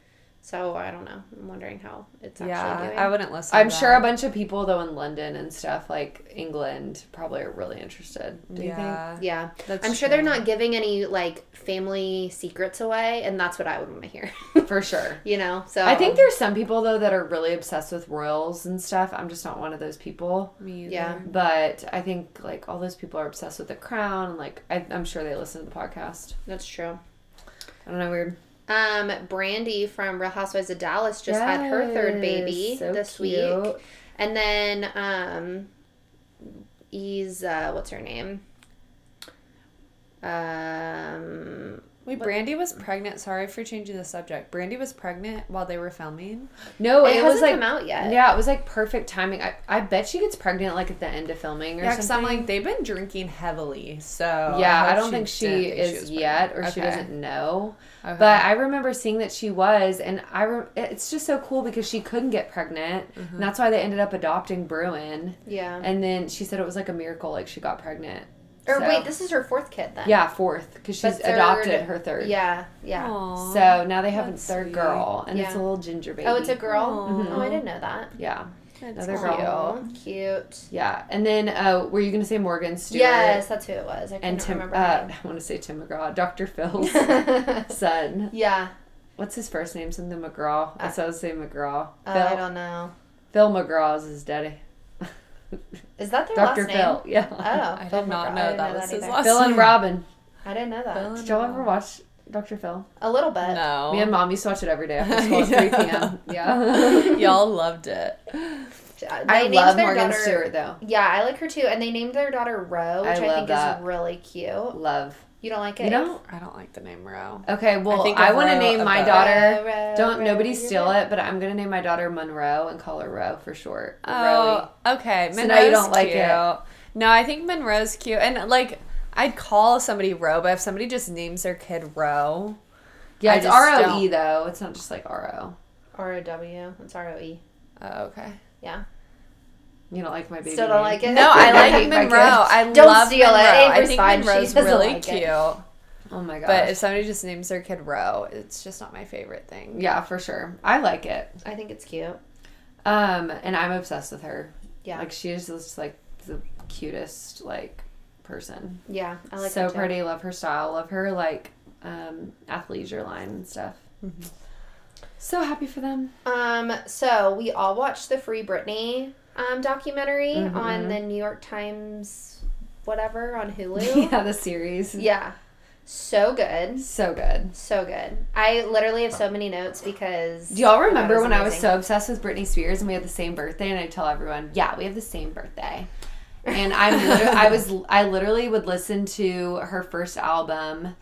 B: So I don't know. I'm wondering how it's actually
C: yeah,
B: doing.
C: I wouldn't listen.
A: I'm
C: to
A: sure a
C: that.
A: bunch of people though in London and stuff like England probably are really interested. Do you think?
C: yeah,
B: yeah,
C: That's
B: I'm sure they're
C: true.
B: not giving any like family secrets away, and that's what I would want to hear.
A: For sure.
B: you know, so
A: I think there's some people though that are really obsessed with royals and stuff. I'm just not one of those people.
C: Me either.
B: Yeah.
A: But I think like all those people are obsessed with the crown. and, Like I, I'm sure they listen to the podcast.
B: that's true.
A: I don't know, weird.
B: Um, Brandy from Real Housewives of Dallas just had her third baby
A: Yes, so
B: this week,
A: cute.
B: and then um, E's uh, what's her name? Um,
C: Wait, Brandy was pregnant. Sorry for changing the subject. Brandy was pregnant while they were filming.
A: No,
B: it,
A: Oh, it,
B: hasn't
A: was like
B: come out yet.
A: yeah, it was like perfect timing. I, I bet she gets pregnant like at the end of filming or
C: Yeah, because I'm
A: something.
C: like they've been drinking heavily, so
A: yeah, I,
C: Oh, hope
A: don't think she
C: didn't think she
A: is
C: was
A: yet, or
C: pregnant.
A: she
C: Okay. Uh-huh.
A: doesn't know.
C: Okay.
A: But I remember seeing that she was, and I re- it's just so cool because she couldn't get pregnant,
C: Mm-hmm.
A: and that's why they ended up adopting Bruin.
B: yeah.
A: And then she said it was like a miracle, like she got pregnant.
B: or
A: So-
B: wait, this is her fourth kid then.
A: yeah, fourth because
B: But
A: she's
B: third-
A: adopted her third.
B: yeah, yeah.
C: Aw,
A: So now they have a
C: that's
A: third
C: sweet.
A: girl, and it's
B: Yeah.
A: a little ginger baby.
B: Oh, it's a girl.
C: Aw.
B: Oh, I didn't know that.
A: yeah,
C: that's
A: another
C: cool.
A: Mm-hmm. girl.
B: Aw, Cute.
A: yeah. And then uh, were you gonna say Morgan Stewart?
B: Yes, that's who it was. I
A: And
B: couldn't
A: Tim,
B: remember.
A: uh, I want to say Tim McGraw, Dr. Phil's
B: her name.
A: son.
B: yeah.
A: What's his first name? Something McGraw. I saw say McGraw.
B: Ah. Uh, I
A: Phil.
B: don't know.
A: Phil McGraw is his daddy.
B: Is that their
A: Dr.
B: last
A: Phil.
B: name?
A: Yeah.
B: Oh,
C: I
B: Phil
C: did not
B: McGraw.
C: know
B: I didn't
C: that was his
B: either.
C: last
A: Phil and Robin.
B: I didn't know that.
C: Phil and
A: Did y'all ever
C: Robin.
A: watch Dr. Phil?
B: A little bit.
C: No,
A: Me and mom used to watch it every day after school at 3 p.m. Yeah.
C: y'all loved it.
B: They
A: I
B: named
A: love
B: their
A: Morgan
B: daughter-
A: Stewart though.
B: Yeah, I like her too. And they named their daughter Ro, which
A: I
B: I,
A: love
B: think
A: that.
B: is really cute.
A: Love.
B: You don't like it?
A: You don't?
C: I don't like the name Row.
A: Okay, well,
C: think
A: I,
C: of
A: want to
C: Ro
A: name my
C: above.
A: daughter.
B: Ro, Ro,
A: Don't
B: Ro,
A: nobody
B: you're
A: steal
B: Ro.
A: it, but I'm going to name my daughter Monroe and call her Roe for short.
C: Oh, okay.
A: So now you don't
C: Monroe's
A: like
C: cute.
A: it.
C: No, I think Monroe's cute, and like I'd call somebody Roe, but if somebody just names their kid Roe,
A: Yeah,
C: I
A: it's
C: just
A: R O E
C: don't-
A: though. It's not just like R O.
B: R O W. It's R O E.
C: oh, okay.
B: Yeah.
A: You don't like my baby.
B: Still
A: name.
B: don't like it?
C: No, I
A: I
C: like
A: hate my
C: Monroe.
A: kids.
C: I
B: Don't
C: love
B: steal it.
C: Monroe. I
B: Avery's
C: think
B: fine. She
C: Monroe's
B: doesn't
C: really
B: like it.
C: cute.
A: Oh my gosh.
C: But if somebody just names their kid Roe, it's just not my favorite thing.
A: yeah, for sure. I like it.
B: I think it's cute.
A: Um, and I'm obsessed with her.
B: Yeah.
A: Like she is just like the cutest like person.
B: yeah. I like
A: so
B: her too.
A: pretty. Love her style. Love her like um athleisure line and stuff.
B: Mm-hmm.
A: So happy for them.
B: Um, so we all watched the Free Britney um, documentary
A: Mm-hmm.
B: on the New York Times, whatever, on Hulu.
A: yeah, the series.
B: yeah. So good.
A: So good.
B: So good. I literally have so many notes because.
A: Do y'all remember
B: was
A: when I was
B: amazing.
A: so obsessed with Britney Spears and we had the same birthday and I tell everyone, "Yeah, we have the same birthday." And I am I was I literally would listen to her first album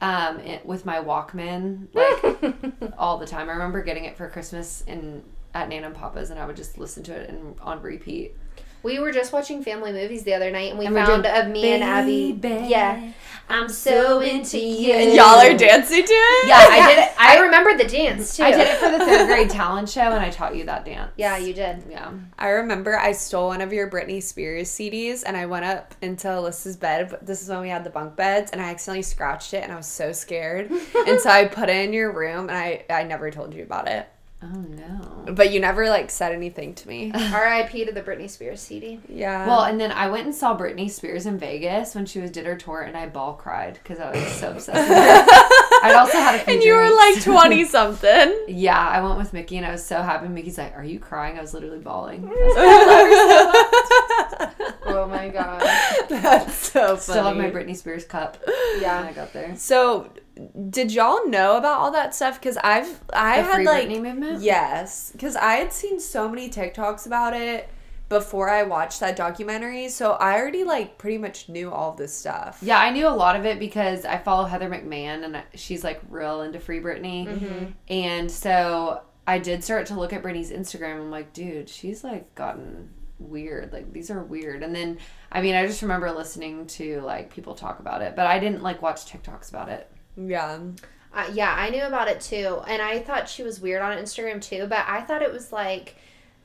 A: um it, with my Walkman like all the time. I remember getting it for Christmas in at Nana and Papa's and I would just listen to it and on repeat.
B: We were just watching family movies the other night and we
A: And we
B: found
A: did
B: a me and Abby.
A: Baby,
B: Yeah. I'm so into you.
A: And
C: And y'all are dancing to it.
A: Yeah, I did it.
B: I, remember the dance too.
A: I did it for the 3rd grade talent show and I taught you that dance.
B: Yeah, you did.
A: Yeah.
C: I remember I stole one of your Britney Spears CDs and I went up into Alyssa's bed. But this is when we had the bunk beds, and I accidentally scratched it, and I was so scared. and so I put it in your room, and I I never told you about it.
A: Oh no.
C: But you never like said anything to me.
B: R.I.P. to the Britney Spears CD.
C: Yeah.
A: Well, and then I went and saw Britney Spears in Vegas when she was did her tour, and I ball cried because I was so obsessed. with her. I'd also had a few.
C: and you were like
A: drinks.
C: twenty something.
A: Yeah, I went with Mickey, and I was so happy. Mickey's like, "Are you crying?" I was literally bawling.
B: Oh my god.
C: That's so funny.
A: Still have my Britney Spears cup. when
B: Yeah.
A: I got there.
C: So, did y'all know about all that stuff? Because I've I
A: The
C: had
A: Free
C: like
A: Britney movement?
C: Yes, because I had seen so many TikToks about it before I watched that documentary. So I already like pretty much knew all this stuff.
A: Yeah, I knew a lot of it because I follow Heather McMahon, and I- she's like real into Free Britney, and so I did start to look at Britney's Instagram. I'm like, dude, she's like gotten weird. Like these are weird. And then, I mean, I just remember listening to like people talk about it, but I didn't like watch TikToks about it.
C: Yeah.
B: Uh, yeah, I knew about it too, and I thought she was weird on Instagram too. But I thought it was like,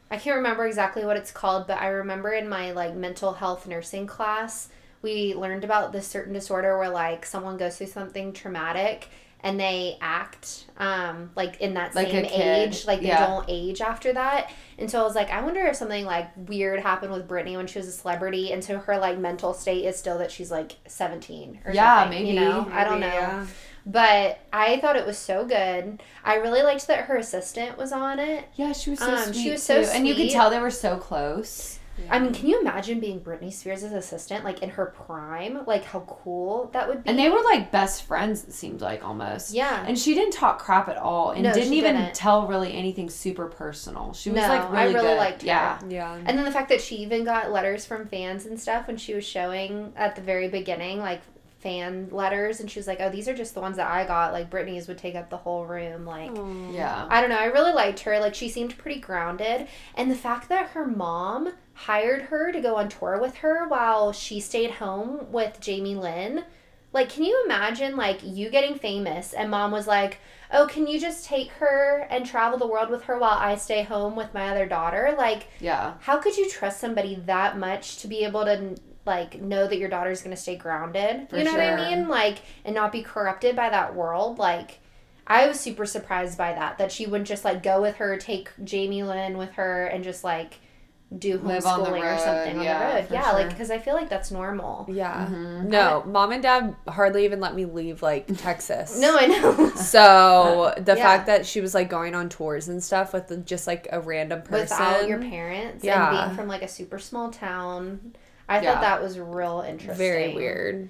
B: I can't remember exactly what it's called, but I remember in my like mental health nursing class, we learned about this certain disorder where like someone goes through something traumatic, and they act um, like in that
A: Like a
B: same
A: kid.
B: age, like they
A: Yeah.
B: don't age after that. And so I was like, I wonder if something like weird happened with Britney when she was a celebrity, and so her like mental state is still that she's like seventeen or
A: Yeah,
B: something. You
A: maybe,
B: know, I don't know.
C: Maybe, yeah.
B: But I thought it was so good. I really liked that her assistant was on it.
A: Yeah, she was so
B: Um,
A: sweet.
B: she was so
A: too. and you could
B: sweet.
A: tell they were so close.
B: I mean, can you imagine being Britney Spears' assistant, like in her prime? Like how cool that would be.
A: And they were like best friends. It seemed like almost.
B: Yeah.
A: And she didn't talk crap at all, and
B: No,
A: didn't
B: she
A: even
B: didn't.
A: tell really anything super personal. She was
B: No,
A: like really
B: I really
A: good.
B: liked her.
A: Yeah.
C: Yeah.
B: And then the fact that she even got letters from fans and stuff when she was showing at the very beginning, like fan letters, and she was like, "Oh, these are just the ones that I got. Like Britney's would take up the whole room. Like
C: Aw.
A: Yeah.
B: I don't know. I really liked her. Like she seemed pretty grounded, and the fact that her mom hired her to go on tour with her while she stayed home with Jamie Lynn. Like, can you imagine like you getting famous and mom was like, "Oh, can you just take her and travel the world with her while I stay home with my other daughter?" Like
A: Yeah.
B: how could you trust somebody that much to be able to like know that your daughter's going to stay grounded
A: For
B: you know what i
A: sure.
B: mean like and not be corrupted by that world like i was super surprised by that that she wouldn't just like go with her take jamie lynn with her and just like do
A: Live on the
B: homeschooling or
A: road,
B: something on
A: yeah,
B: the road
A: for
B: yeah like
A: sure.
B: because i feel like that's normal
C: Yeah. No, mom and dad hardly even let me leave like Texas.
B: no i know
C: So the
B: Yeah.
C: fact that she was like going on tours and stuff with the- just like a random person.
B: without your parents and
C: Yeah.
B: being from like a super small town i
A: Yeah.
B: thought that was real interesting
C: Very weird.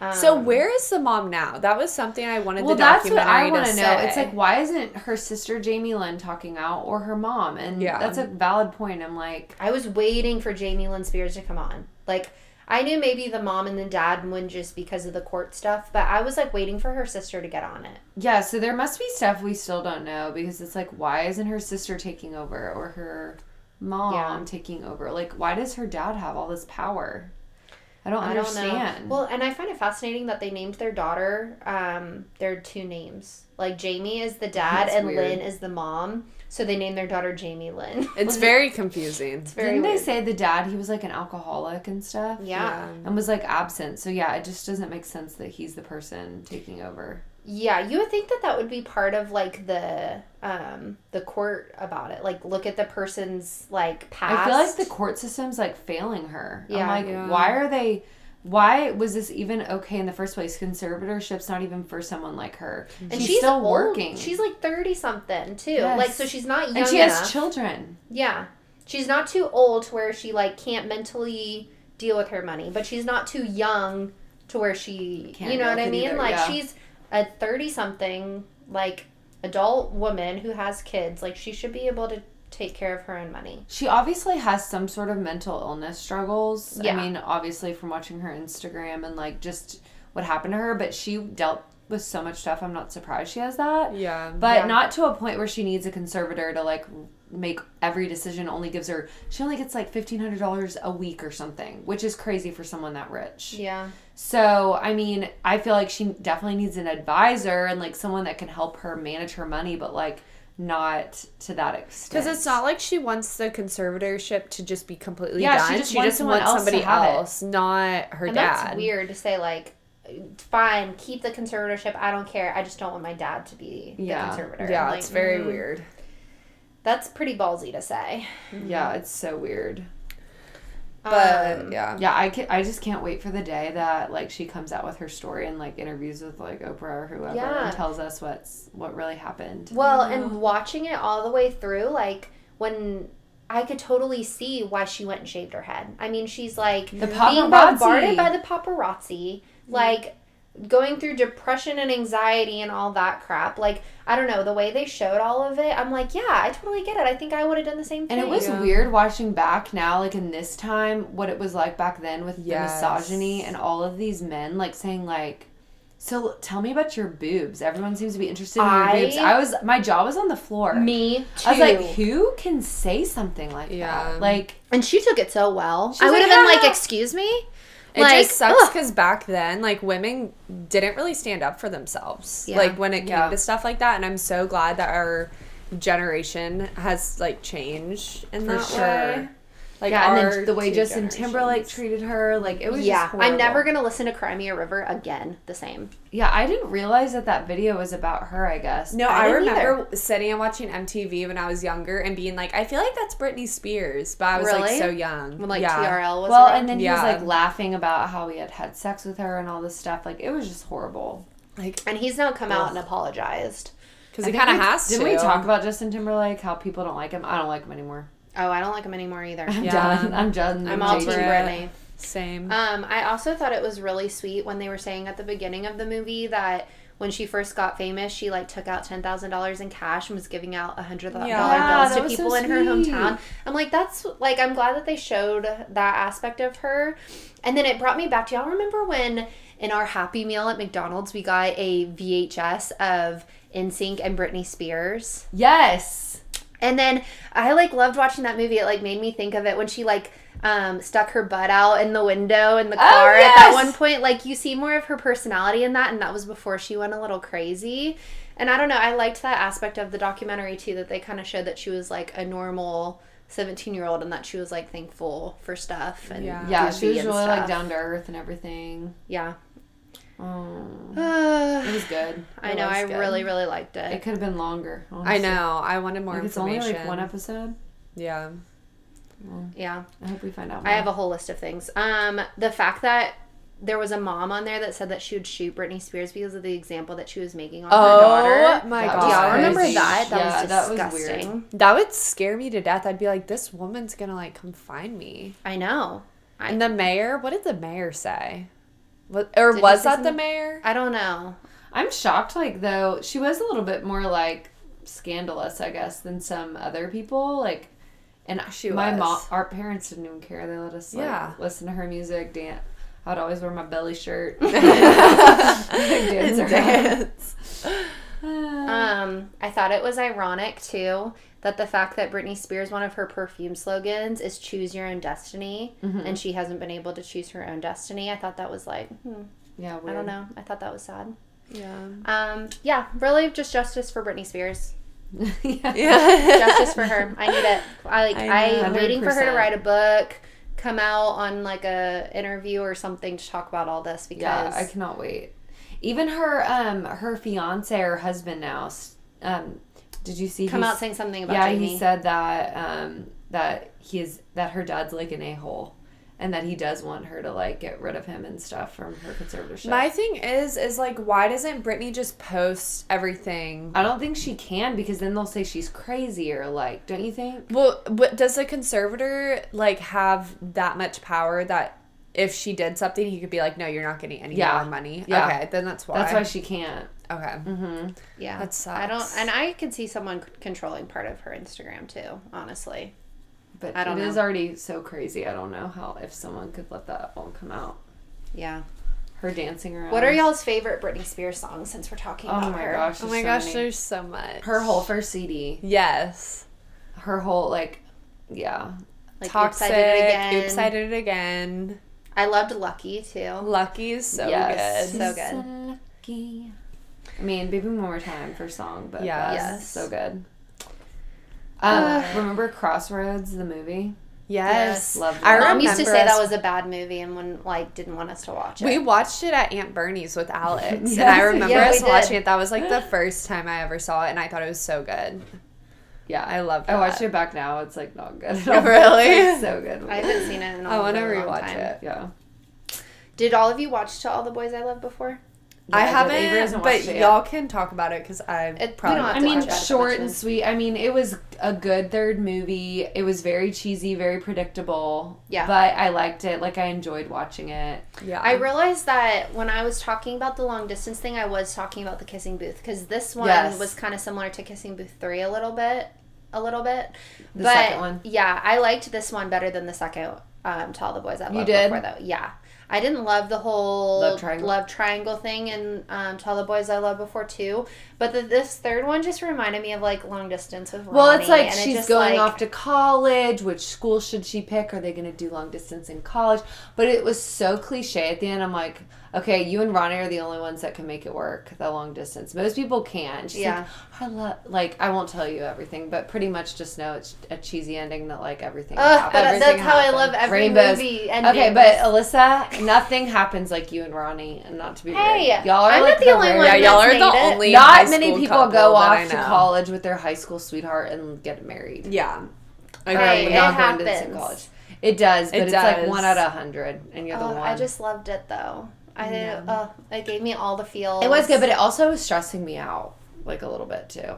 B: Um,
C: so where is the mom now? That was something I wanted
A: Well,
C: the
A: that's what
C: documentary
A: I
C: want to
A: know.
C: say.
A: It's like, why isn't her sister Jamie Lynn talking out or her mom? And
C: Yeah.
A: that's a valid point. I'm like,
B: I was waiting for Jamie Lynn Spears to come on. Like, I knew maybe the mom and the dad wouldn't just because of the court stuff, but I was like waiting for her sister to get on it.
A: yeah, so there must be stuff we still don't know because it's like, why isn't her sister taking over or her mom
B: Yeah.
A: taking over? Like, why does her dad have all this power? I don't
B: I don't know.
A: understand.
B: Well, and I find it fascinating that they named their daughter um, their two names. Like Jamie is the dad
A: That's
B: and
A: weird.
B: Lynn is the mom, so they named their daughter Jamie Lynn.
C: it's very confusing.
B: It's very
A: Didn't
B: weird.
A: they say the dad he was like an alcoholic and stuff?
B: yeah.
A: And was like absent. So yeah, it just doesn't make sense that he's the person taking over.
B: Yeah, you would think that that would be part of like the um the court about it. Like look at the person's like past.
A: I feel like the court system's like failing her.
B: Yeah.
A: I'm like,
C: Yeah.
A: why are they? Why was this even okay in the first place? Conservatorship's not even for someone like her,
B: and she's,
A: still
B: old.
A: working.
B: She's like thirty something too.
A: Yes.
B: Like so she's not young.
A: and she has
B: enough.
A: children.
B: Yeah, she's not too old to where she like can't mentally deal with her money, but she's not too young to where she.
A: Can't
B: you know
A: deal
B: what I
A: with it
B: mean?
A: either,
B: like
A: yeah.
B: she's a thirty something like adult woman who has kids. Like she should be able to take care of her own money.
A: She obviously has some sort of mental illness struggles.
B: Yeah.
A: I mean, obviously from watching her Instagram and like just what happened to her, but she dealt with so much stuff. I'm not surprised she has that.
C: Yeah.
A: But
B: Yeah.
A: not to a point where she needs a conservator to like make every decision only gives her she only gets like $1500 a week or something which is crazy for someone that rich
B: Yeah,
A: so i mean i feel like she definitely needs an advisor and like someone that can help her manage her money but like not to that extent
C: because it's not like she wants the conservatorship to just be completely
A: Yeah, she
C: done.
A: just wants someone else to
C: somebody
A: have it.
C: else, not her
B: and
C: dad.
B: that's weird to say like. Fine, keep the conservatorship. I don't care. I just don't want my dad to be
A: Yeah.
B: the conservator.
C: Yeah,
B: Like,
C: it's very
B: mm,
C: weird.
B: That's pretty ballsy to say. Mhm.
A: yeah it's so weird
C: But
B: Um,
C: yeah.
A: yeah i can, i just can't wait for the day that like she comes out with her story and like interviews with like oprah or whoever
B: Yeah.
A: and tells us what's what really happened
B: Well, and watching it all the way through, like when I could totally see why she went and shaved her head. I mean, she's like
A: the
B: being
A: paparazzi.
B: bombarded by the paparazzi, like going through depression and anxiety and all that crap. Like I don't know the way they showed all of it. I'm like, yeah, I totally get it. I think I would have done the same thing.
A: And it was
C: Yeah.
A: weird watching back now, like in this time, what it was like back then with
C: Yes.
A: the misogyny and all of these men, like saying like, "So tell me about your boobs." Everyone seems to be interested in your
B: I-
A: boobs. I was, my jaw was on the floor.
B: me too.
A: I was like, "Who can say something like
C: Yeah.
A: that?" Like,
B: and she took it so well.
A: I
B: I would
A: would've
B: have
A: been
B: been
A: like,
B: like, excuse me.
C: It just sucks because back then, like women didn't really stand up for themselves,
B: Yeah.
C: like when it came
A: Yeah.
C: to stuff like that. And I'm so glad that our generation has like changed in
A: for
C: that
A: sure.
C: way. Like
A: yeah, and
C: our
A: then the way
C: two
A: Justin
C: generations.
A: Timberlake treated her, like it was
B: yeah,
A: just horrible.
B: I'm never gonna listen to Crimea River again the same.
A: Yeah, I didn't realize that that video was about her. I guess.
C: No,
B: I
C: I,
B: didn't
C: remember sitting and watching MTV when I was younger and being like, I feel like that's Britney Spears, but I was like
B: Really?
C: so young.
B: When like
C: yeah.
B: TRL was
A: Well,
B: around.
A: and then
C: Yeah.
A: he was like laughing about how he had had sex with her and all this stuff. Like it was just horrible.
C: like
B: and he's now come out and apologized.
C: because he
A: I think
C: kind of
A: we-
C: has to.
A: Didn't we talk about Justin Timberlake? How people don't like him. I don't like him anymore.
B: Oh, I don't like him anymore either.
A: I'm
C: Yeah.
A: done. I'm done.
B: I'm all
A: Jay-Z.
B: team
C: Brit.
B: Britney.
C: Same.
B: Um, I also thought it was really sweet when they were saying at the beginning of the movie that when she first got famous, she like took out ten thousand dollars in cash and was giving out hundred dollar
C: Yeah,
B: bills
A: that
B: to
A: was so
B: people in her
A: sweet.
B: hometown. I'm like, that's like, I'm glad that they showed that aspect of her. And then it brought me back to y'all. Remember when in our Happy Meal at McDonald's we got a VHS of NSYNC and Britney Spears?
A: Yes.
B: And then I like loved watching that movie. It like made me think of it when she like um, stuck her butt out in the window in the car at that
A: yes!
B: one point. Like you see more of her personality in that, and that was before she went a little crazy. And I don't know. I liked that aspect of the documentary too. That they kind of showed that she was like a normal seventeen year old, and that she was like thankful for stuff. And
C: Yeah.
A: Yeah,
B: goofy
A: she was really
B: and
A: like
B: stuff.
A: down to earth and everything.
B: Yeah.
A: Oh, it
B: Uh,
A: was good.
B: I
C: It
B: know.
C: was
B: I
C: good.
B: really, really liked it.
A: It could have been longer. Honestly.
C: I know. I wanted more
A: Like, it's
C: information.
A: only like one episode.
C: Yeah.
B: yeah.
A: I hope we find out.
B: I have a whole list of things. Um, the fact that there was a mom on there that said that she would shoot Britney Spears because of the example that she was making on her daughter.
C: my
A: That
B: Do
A: was
B: y'all
A: God.
B: remember
A: crazy.
B: that? That
A: Oh Yeah, that
B: was
A: was
B: disgusting.
A: weird.
C: That would scare me to death. I'd be like, this woman's gonna like come find me.
B: I know. I-
C: And the mayor, what did the mayor say? What, or
B: he
C: was
B: say
C: that the
B: something?
C: mayor?
B: I don't know.
A: I'm shocked. Like though, she was a little bit more like scandalous, I guess, than some other people. Like, and
C: She
A: my
C: was.
A: mom, our parents didn't even care. They let us like,
C: Yeah.
A: listen to her music, dance. I would always wear my belly shirt, and dance around. Uh,
B: Um, I thought it was ironic too that the fact that Britney Spears, one of her perfume slogans is "Choose Your Own Destiny,"
A: Mm-hmm.
B: and she hasn't been able to choose her own destiny. I thought that was like, hmm,
A: yeah, weird.
B: I don't know. I thought that was sad.
C: Yeah.
B: Um, yeah, really, just justice for Britney Spears.
A: yeah.
C: Yeah.
B: justice for her. I need it. I like.
C: I
B: I,
C: know.
B: am waiting for her to
A: 100%.
B: write a book, come out on like a interview or something to talk about all this because
A: Yeah, I cannot wait. Even her, um, her fiance or husband now. s- Um, did you see?
B: come
A: he's-
B: out saying something about
A: yeah,
B: Jamie.
A: he said that um, that he is that her dad's like an a hole, and that he does want her to like get rid of him and stuff from her conservatorship.
C: My thing is, is like, why doesn't Britney just post everything?
A: I don't think she can because then they'll say she's crazy or like, don't you think?
C: Well, what, does the conservator like have that much power that if she did something, he could be like, no, you're not getting any
A: Yeah.
C: more money.
A: Yeah.
C: Okay, then that's why.
A: That's why she Mm-hmm. can't.
C: okay.
B: yeah,
C: That sucks.
B: I don't, and I can see someone c- controlling part of her Instagram too. Honestly,
A: But
B: I don't
A: it is
B: know.
A: already so crazy. I don't know how if someone could let that all come out.
B: yeah.
A: Her dancing around.
B: What are y'all's favorite Britney Spears songs since we're talking
A: Oh
B: about
A: my
B: her?
A: gosh!
C: Oh my
A: so
C: gosh,
A: many.
C: there's so much.
A: her whole first CD,
C: Yes.
A: her whole like, yeah,
B: Like, Oops, I
C: Toxic.
B: Did It Again.
C: Oops, I did it again.
B: I loved Lucky too.
C: Lucky is so
A: Yes.
C: good.
B: So good.
A: Lucky. I mean, baby, one more time for song, but
C: Yes.
A: yeah,
B: Yes.
A: so good. Um,
B: Uh.
A: remember Crossroads, the movie?
C: Yes.
A: Love that.
C: I
B: My
C: remember
B: mom used to say
C: us-
B: that was a bad movie and when like didn't want us to watch it.
C: We watched it at Aunt Bernie's with Alex, and I
A: Yes.
C: remember
B: Yeah, we
C: us
B: did.
C: watching it. That was like the first time I ever saw it, and I thought it was so good.
A: Yeah,
C: I
A: I
C: love that.
A: I watched it back now. It's like not good. At all.
C: Really?
A: It's so good.
B: I haven't seen it in a
C: I want to
B: really long
C: rewatch
B: time.
C: it.
A: yeah.
B: Did all of you watch To All the Boys I Loved before?
C: I
A: Yeah, but Avery
C: haven't,
A: hasn't
C: but
A: watched it yet.
C: y'all can talk about it because I
B: It- we
C: probably.
B: don't have
A: I
B: to
A: mean,
B: watch that
A: short
B: eventually.
A: and sweet. I mean, it was a good third movie. It was very cheesy, very predictable.
B: Yeah.
A: But I liked it. Like I enjoyed watching it.
C: yeah,
A: Mm.
B: I realized that when I was talking about the long distance thing, I was talking about the kissing booth because this one
A: Yes.
B: was kind of similar to kissing booth three a little bit, a little bit.
A: The
B: but
A: second one?
B: yeah, I liked this one better than the second. Um, to all the boys I loved
A: did?
B: before though, yeah, I didn't love the whole
A: Love triangle?
B: love triangle thing and um, to all the boys I loved before too. But the, this third one just reminded me of like long distance with
A: Well, it's
B: Ronnie,
A: like
B: and it
A: she's
B: just,
A: going
B: like-
A: off to college. Which school should she pick? Are they going to do long distance in college? But it was so cliche. At the end, I'm like, okay, you and Ronnie are the only ones that can make it work the long distance. Most people can't. She's
B: Yeah.
A: like, I love, like, I won't tell you everything, but pretty much just know it's a cheesy ending that, like, everything.
B: Ugh,
A: happens.
B: that's
C: everything
B: how I
C: happened.
B: love every
A: Rainbows.
B: movie.
A: Okay,
B: endings.
A: but Alyssa, nothing happens like you and Ronnie, and not to be
B: Hey,
A: rude. y'all are
B: I'm
A: like
B: not the only
A: rare-
B: one
C: Yeah, y'all
B: that's
C: are the
B: made it.
C: only high
A: Not
C: school
A: many people
C: couple
A: go
C: that I
A: off to
C: know.
A: college with their high school sweetheart and get married.
C: Yeah. I
A: Or
B: Right,
C: agree.
B: it
A: not going to the same
B: happens.
A: college. It does, but
C: It
A: it's like
C: does.
A: one out of a hundred, and you're the
B: Oh,
A: one.
B: I just loved it though. I did. Oh, it gave me all the feels.
A: It was good, but it also was stressing me out like a little bit too.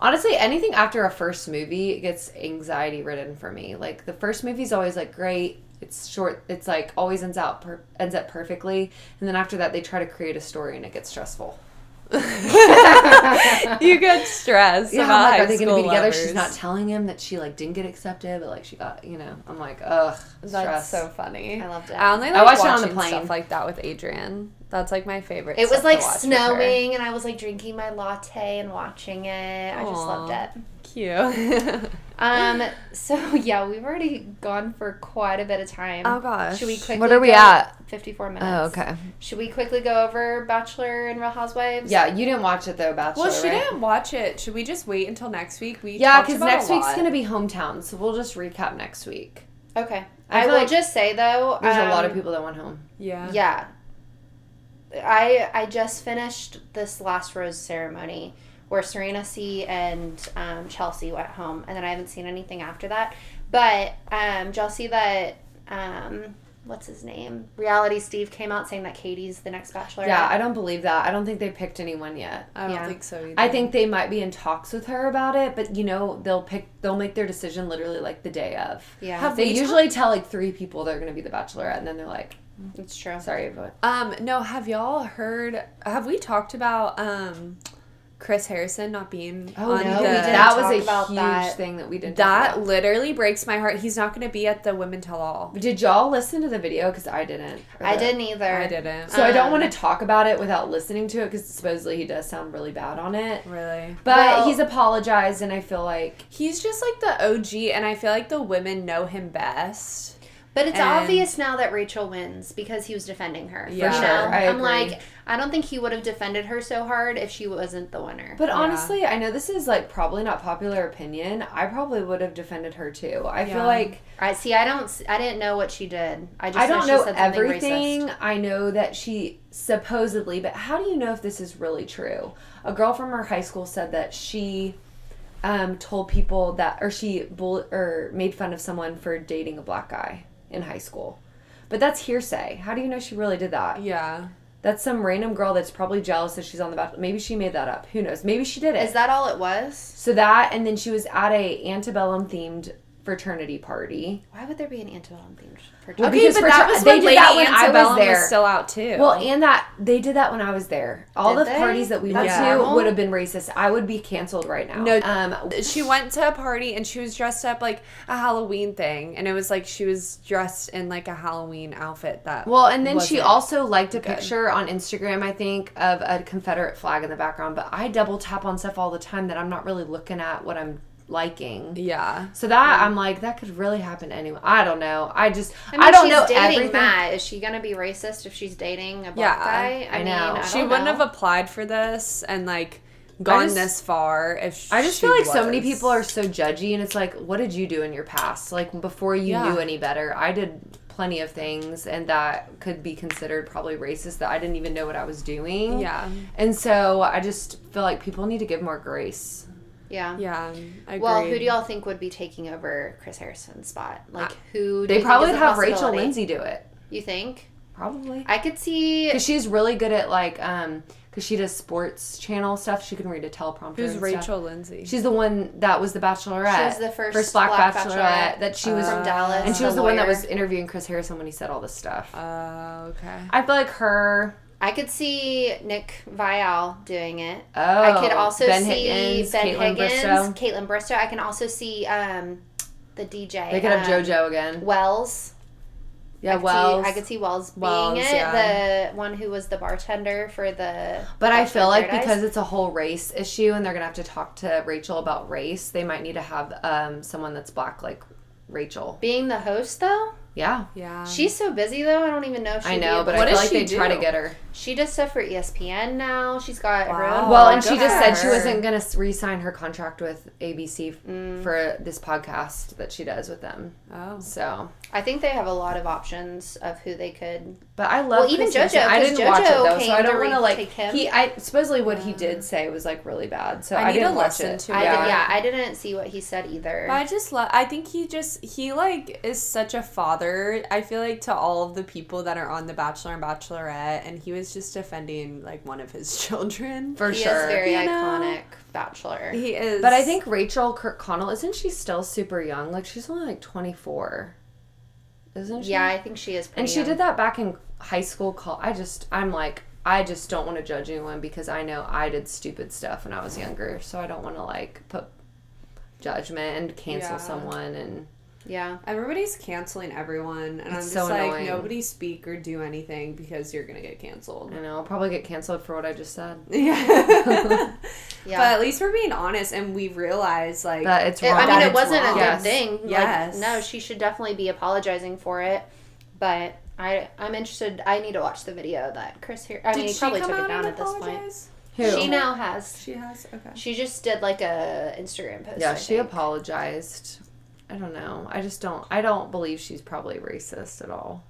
A: Honestly, anything after a first movie gets anxiety ridden for me. Like the first movie's always like great. It's short. It's like always ends out per- ends up perfectly, and then after that they try to create a story and it gets stressful.
C: you get stressed.
A: Yeah,
C: about
A: I'm like,
C: high
A: are they going to
C: school
A: be together?
C: lovers.
A: She's not telling him that she like didn't get accepted, but like she got, you know. I'm like, ugh,
C: That's
A: stress.
C: so funny.
B: I loved it.
C: I only
A: I
C: like
A: watched it on
C: watching
A: the plane.
C: stuff like that with Adrian. That's like my favorite.
B: It was
C: stuff to
B: like
C: watch with
B: snowing, and I was like drinking my latte and watching it. I just
C: Aw.
B: loved it.
C: her. Cute.
B: Um. So yeah, we've already gone for quite a bit of time.
C: Oh, gosh.
B: Should we quickly?
A: What are we
B: go-
A: at?
B: Fifty-four minutes.
A: Oh, okay.
B: Should we quickly go over Bachelor and Real Housewives?
A: Yeah, you didn't watch it though, Bachelor.
C: Well, she
A: right?
C: didn't watch it. Should we just wait until next week? We
A: Yeah, because next week's gonna be hometown, so we'll just recap next week.
B: Okay.
A: I
B: I,
A: feel
B: will
A: like
B: just say though,
A: There's a lot of
B: um,
A: people that went home.
C: yeah.
B: Yeah. I I just finished this last rose ceremony where Serena C and um, Chelsea went home, and then I haven't seen anything after that. But um, did y'all see that? Um, what's his name? Reality Steve came out saying that Katie's the next Bachelor.
A: Yeah, I don't believe that. I don't think they picked anyone yet.
C: I don't
B: Yeah.
C: think so either.
A: I think they might be in talks with her about it, but you know they'll pick they'll make their decision literally like the day of.
B: Yeah,
C: Have
A: They
C: we talked-
A: usually tell like three people they're gonna be the Bachelorette, and then they're like,
B: it's true.
A: "Sorry, but
C: Um, no, have y'all heard? Have we talked about um, Chris Harrison not being
A: Oh,
C: on
B: Oh, no,
C: the?
B: we didn't
A: that was a
B: talk about
A: huge
B: that.
A: thing that we didn't. talk
C: That
A: about.
C: literally breaks my heart. He's not going to be at the Women Tell All.
A: did y'all listen to the video? Because I didn't. Or
B: I
A: the-
B: didn't either.
C: I didn't
A: So I don't
B: Um,
A: want to talk about it without listening to it because supposedly he does sound really bad on it.
C: really.
A: But
B: Well-
A: he's apologized, and I feel like
C: He's just like the OG, and I feel like the women know him best.
B: But it's
C: And-
B: obvious now that Rachel wins because he was defending her.
C: Yeah.
B: for
C: For
B: sure.
C: sure,
A: I
B: I'm
A: agree.
B: like, I don't think he would have defended her so hard if she wasn't the winner.
A: But
C: Yeah.
A: honestly, I know this is like probably not popular opinion. I probably would have defended her too. I
C: Yeah.
A: feel like
B: I see. I don't. s- I didn't know what she did. I just.
A: I don't
B: she
A: know
B: said something
A: everything.
B: Racist.
A: I know that she supposedly, but how do you know if this is really true? A girl from her high school said that she um, told people that, or she bull, or made fun of someone for dating a black guy in high school. But that's hearsay. How do you know she really did that?
C: Yeah.
A: That's some random girl that's probably jealous that she's on the bachelor. Maybe she made that up. Who knows? Maybe she did it.
B: Is that all it was?
A: So that, and then she was at a antebellum themed fraternity party.
B: Why would there be an antebellum themed? for
A: Well,
C: Okay,
A: Because
C: but
A: for
C: that
A: Tra-
C: was
A: they
C: when
A: did
C: Lady
A: that when I was
C: Antebellum was,
A: there.
C: still out too.
A: Well, and that they did that when I was there. All
B: Did
A: the
B: they?
A: parties that we went
C: That's
A: to
B: normal?
A: would have been racist. I would be canceled right now.
C: No.
A: um,
C: she went to a party and she was dressed up like a Halloween thing, and it was like she was dressed in like a Halloween outfit that.
A: well, and then she
C: wasn't-
A: also liked a picture on Instagram, I think, of a Confederate flag in the background. But I double tap on stuff all the time that I'm not really looking at what I'm liking.
C: Yeah.
A: So that I'm like, that could really happen anyway. I don't know. I just I,
B: I, mean,
A: don't
B: she's
A: know
B: dating
A: everything.
B: Matt. Is she gonna be racist if she's dating a black
C: Yeah,
B: guy?
A: I know.
B: Mean, I
C: she
B: don't
C: wouldn't
B: know.
C: have applied for this and like gone
A: just-
C: this far if
A: I just
C: she
A: feel like so
C: was.
A: many people are so judgy, and it's like, what did you do in your past? Like before you
C: Yeah.
A: knew any better, I did plenty of things, and that could be considered probably racist that I didn't even know what I was doing.
C: Yeah.
A: and so I just feel like people need to give more grace.
B: Yeah.
C: Yeah. Agreed.
B: Well, who do y'all think would be taking over Chris Harrison's spot? Like, who? Do you
A: Uh, They
B: think
A: probably
B: is
A: would
B: a
A: have Rachel
B: possibility?
A: Lindsay do it,
B: You think?
A: probably,
B: I could see.
A: because she's really good at like, um, because she does sports channel stuff. She can read a teleprompter.
C: Who's
A: and stuff.
C: Rachel Lindsay?
A: She's the one that was the Bachelorette.
B: She was the first
A: black,
B: black
A: bachelorette,
B: bachelorette
A: that she was uh,
B: from Dallas,
A: and she
B: the
A: was the one that
B: lawyer.
A: was interviewing Chris Harrison when he said all this stuff.
C: Oh, okay.
A: I feel like her.
B: I could see Nick Vial doing it.
A: Oh,
B: I could also
A: Ben
B: see
A: Higgins,
B: Ben
A: Caitlin
B: Higgins,
A: Bristow.
B: Caitlin Bristow. I can also see um, the DJ.
A: They could have
B: um,
A: JoJo again.
B: Wells. I
A: Yeah,
B: could see-
A: Wells.
B: I could see Wells being
C: Wells,
B: it.
C: yeah.
B: The one who was the bartender for the.
A: but I
B: Bachelor
A: feel
B: in
A: like
B: Paradise.
A: because it's a whole race issue, and they're gonna have to talk to Rachel about race, they might need to have um, someone that's black like Rachel.
B: being the host though,
A: Yeah.
C: Yeah.
B: She's so busy though. I don't even know. if she'd
A: I
B: be
A: know,
B: able-
A: but
C: What
A: I feel
C: does
A: like
C: she
A: they try to
C: do?
A: get her.
B: she does stuff for E ESPN now. She's got her
C: Wow.
B: own.
C: Oh,
A: Well, and
B: blog.
A: she
C: good
A: just
C: for
A: said she
C: her.
A: wasn't going to re-sign her contract with ABC f-
B: Mm.
A: for this podcast that she does with them.
C: Oh.
A: So,
B: I think they have a lot of options of who they could.
A: but I love
B: Well, even
A: Chris Hansen.
B: JoJo,
A: I
B: 'cause
A: didn't watch it
B: JoJo
A: though, so
B: came
A: I
B: to
A: don't want to
B: re-
A: like
B: take him.
A: he. I supposedly what he did say was like really bad, so
C: I
A: I,
C: need to
A: didn't watch
C: listen
A: it.
C: to
B: I
C: Yeah.
B: yeah. yeah, I didn't see what he said either.
C: But I just love. I think he just he like is such a father. I feel like to all of the people that are on The Bachelor and Bachelorette, and he was just defending like one of his children.
A: for
B: he
A: sure.
B: is very
C: You know?
B: iconic bachelor.
C: He is,
A: But I think Rachel Kirkconnell isn't she still super young? Like she's only like twenty four, isn't she?
B: yeah, I think she is. Pretty
A: And she
B: young.
A: did that back in high school. Call I just I'm like I just don't want to judge anyone because I know I did stupid stuff when I was younger, so I don't want to like put judgment and cancel
C: Yeah.
A: someone. And
B: Yeah,
C: everybody's canceling everyone, and I'm just
A: so
C: like
A: annoying.
C: nobody speak or do anything because you're gonna get canceled.
A: you know I'll probably get canceled for what I just said.
C: Yeah. But
B: yeah.
C: at least we're being honest, and we realize like
A: That it's
B: It-
A: wrong.
B: I
C: that
B: mean, it
C: it's
B: wasn't
C: wrong.
B: a
A: Yes.
B: good thing.
C: Yes.
B: Like, no, she should definitely be apologizing for it. But I, I'm interested. I need to watch the video that Chris here. I mean, he probably took it down at this point.
A: Who?
B: She now has.
C: She has. Okay.
B: She just did like a Instagram post.
A: yeah,
B: I
A: she
B: think.
A: apologized. I don't know. I just don't. I don't believe she's probably racist at all.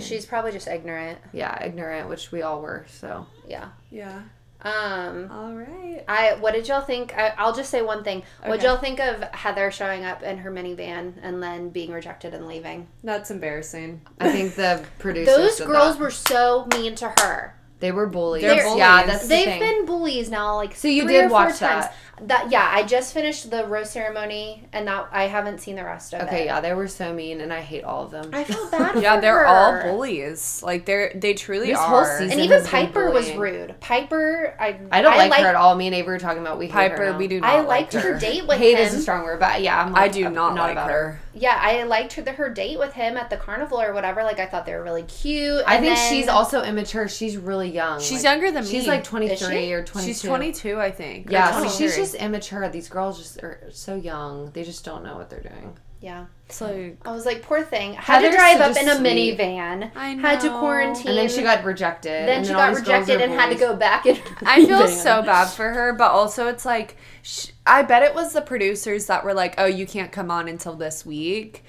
B: She's probably just ignorant.
A: Yeah, ignorant, which we all were. So
B: Yeah.
C: Yeah.
B: Um.
C: All right.
B: I what did y'all think? I, I'll just say one thing. What
C: Okay.
B: y'all think of Heather showing up in her minivan and then being rejected and leaving?
C: That's embarrassing.
A: I think the producers.
B: Those
A: did
B: girls
A: that.
B: were so mean to her.
A: They were bullies.
C: They're They're-
A: Yeah,
C: bullies.
A: that's the
B: They've
A: thing.
B: been bullies now, like
A: So you
B: three
A: did
B: or
A: watch
B: four
A: that?
B: times. That yeah, I just finished the rose ceremony and that I haven't seen the rest of
A: Okay,
B: it.
A: yeah, they were so mean, and I hate all of them.
B: I felt bad.
C: Yeah,
B: for
C: they're
B: her.
C: all bullies. Like they're they truly
A: This whole
C: are.
A: season-
B: And even
A: has been
B: Piper was
A: bullying.
B: rude. Piper, I
A: I don't like, her at all. Me and Avery were talking about we hate her
C: Piper,
A: now.
C: we do not
B: I
C: like
B: liked her.
C: her.
B: date with
A: hate
B: him.
A: is a strong word, but yeah, I'm
C: I
A: like,
C: do
A: uh,
C: not, like
A: about
C: her.
B: yeah, I liked her, her date with him at the carnival or whatever. Like I thought they were really cute.
A: I
B: and
A: think
B: then-
A: she's also immature. She's really young. like,
C: She's younger than me.
A: She's like 23
B: she?
A: or 22.
C: She's 22, I think. or
A: Yeah, so she's
C: 23.
A: just immature. These girls just are so young. They just don't know what they're doing.
B: yeah.
C: It's like
B: I was like, poor thing. Had to
A: Heather's
B: drive
A: such
B: up
A: a
B: in a
A: sweet-
B: minivan.
C: I
B: Had to
C: know.
B: quarantine.
A: And then she got rejected.
B: Then
A: and
B: she
A: all
B: got
A: these girls
B: rejected
A: are
B: and had to
A: bullies.
B: go back. And
C: I feel
A: Man.
C: so bad for her, but also it's like sh I bet it was the producers that were like, "Oh, you can't come on until this week."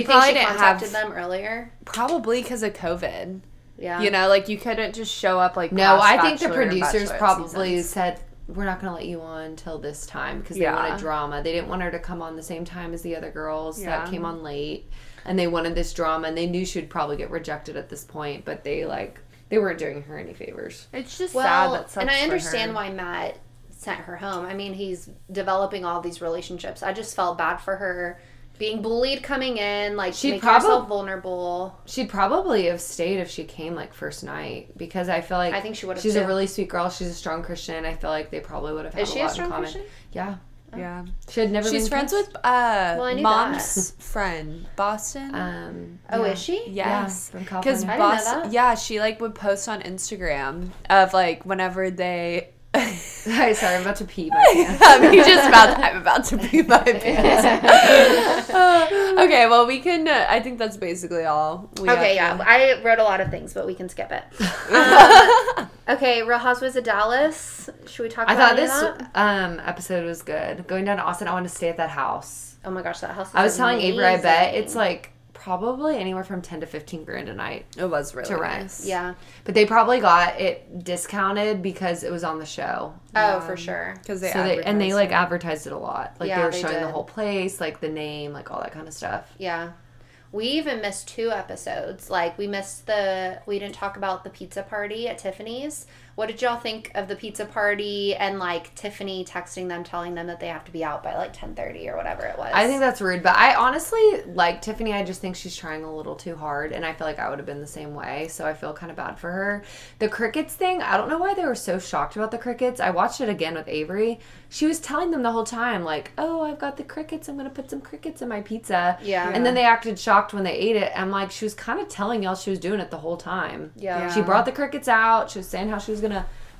B: you think
C: probably
B: she
C: didn't have
B: contacted them earlier.
C: probably because of COVID.
B: Yeah.
C: You know, like you couldn't just show up like.
A: No,
C: past
A: I think the
C: Bachelor and
A: producers
C: Bachelorette
A: probably
C: seasons.
A: said we're not going to let you on till this time because they
C: Yeah.
A: wanted drama. They didn't want her to come on the same time as the other girls
C: Yeah.
A: that came on late, and they wanted this drama. And they knew she'd probably get rejected at this point, but they like they weren't doing her any favors.
C: it's just
B: Well,
C: sad. That
B: and I understand
C: why.
B: why Matt sent her home. I mean, he's developing all these relationships. I just felt bad for her being bullied coming in, like
A: She
B: making
A: probab-
B: herself vulnerable.
A: She'd probably have stayed if she came like first night because I feel like
B: I think she would've
A: She's a
B: too.
A: really sweet girl. She's a strong Christian. I feel like they probably would have had
B: Is
A: a
B: she a
A: lot
B: strong
A: in common.
B: Christian?
A: Yeah,
C: Yeah.
A: she had never.
C: She's
A: been
C: friends
A: kissed.
C: with uh
B: Well, I knew
C: mom's friend, Boston.
A: Um,
B: Oh,
A: yeah.
B: is she?
A: Yeah,
C: Yes,
A: from
C: because
A: California.
B: I didn't know
C: Boston.
B: that.
C: Yeah, she like would post on Instagram of like whenever they.
A: Hi, sorry, I'm about to pee. But yeah.
C: I'm just about. I'm about to be my pants. Uh, okay, well we can. Uh, I think that's basically all. We
B: Okay, yeah.
C: have to-
B: I wrote a lot of things, but we can skip it. Um, okay, Real Housewives of Dallas. Should we talk
A: I
B: about
A: thought
B: any of
A: this
B: that?
A: um, episode was good. Going down to Austin, I want to stay at that house.
B: Oh my gosh, that house. Is
A: I was telling Avery, I bet
B: amazing.
A: it's like probably anywhere from ten to fifteen grand a night
C: It was really
A: to
B: Oh,
A: rent.
C: nice.
B: Yeah.
A: But they probably got it discounted because it was on the show.
B: Oh,
A: Um,
B: for sure.
C: because they,
A: so they and they
C: advertised
A: like
C: it.
A: advertised it a lot. Like
B: Yeah,
A: they were
B: they
A: showing the
B: did.
A: whole place, like the name, like all that kind of stuff.
B: Yeah. We even missed two episodes. Like we missed the we didn't talk about the pizza party at Tiffany's. What did y'all think of the pizza party and like Tiffany texting them telling them that they have to be out by like 10:30 or whatever it was?
A: I think that's rude, but I honestly like Tiffany. I just think she's trying a little too hard, and I feel like I would have been the same way. So I feel kind of bad for her. The crickets thing, I don't know why they were so shocked about the crickets. I watched it again with Avery. She was telling them the whole time, like, "Oh, I've got the crickets. I'm gonna put some crickets in my pizza."
B: Yeah.
A: And then they acted shocked when they ate it. I'm like, she was kind of telling y'all she was doing it the whole time.
B: Yeah.
A: She brought the crickets out. She was saying how she was gonna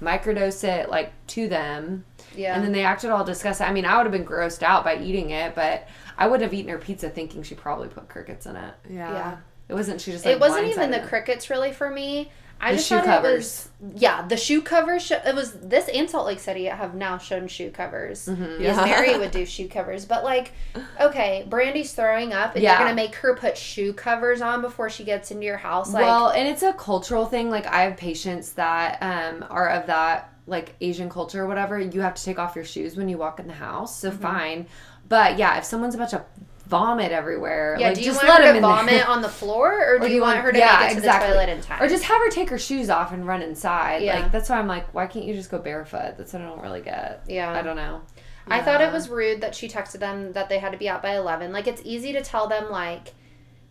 A: microdose it like to them.
B: Yeah.
A: And then they acted all disgusting. I mean, I would have been grossed out by eating it, but I would have eaten her pizza thinking she probably put crickets in it.
C: Yeah.
B: yeah.
A: It wasn't she just like
B: It wasn't even
A: blindsided
B: the
A: her.
B: crickets really for me. I
A: The
B: just
A: shoe
B: thought
A: covers.
B: it was yeah the shoe covers. Sh- it was this and Salt Lake City have now shown shoe covers.
A: Mm-hmm.
B: Because
C: Yeah.
B: Mary would do shoe covers, but like, okay, Brandy's throwing up, and
A: Yeah.
B: you're gonna make her put shoe covers on before she gets into your house. Like,
A: well, and it's a cultural thing. Like I have patients that um are of that like Asian culture or whatever. You have to take off your shoes when you walk in the house. So fine. But yeah, if someone's about to vomit everywhere,
B: yeah,
A: like
B: do you
A: just
B: want
A: let
B: her
A: them
B: to
A: in there.
B: vomit on the floor, or, do you, want, her to make it to the toilet in time?
A: Or just have her take her shoes off and run inside.
B: Yeah.
A: Like that's why I'm like, why can't you just go barefoot? That's what I don't really get.
B: Yeah.
A: I don't know.
B: I thought it was rude that she texted them that they had to be out by 11. Like, it's easy to tell them, like,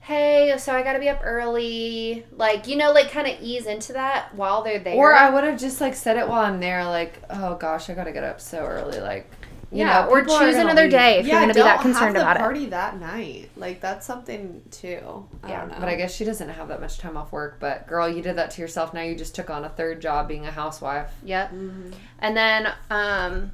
B: hey, so I gotta be up early. Like, you know, like, kind of ease into that while they're there.
A: Or uh, I would have just like said it while I'm there, like, oh gosh, I gotta get up so early, like you
B: yeah,
A: know,
B: or
A: people are
B: choose
A: gonna
B: another
A: leave.
B: day if you're gonna be
C: don't
B: that
C: have
B: concerned
C: the
B: about it.
C: party that night. Like that's something too. Um, I
B: Yeah,
C: don't know.
A: But I guess she doesn't have that much time off work. But girl, you did that to yourself. Now you just took on a third job being a housewife.
B: Yep. And then, um,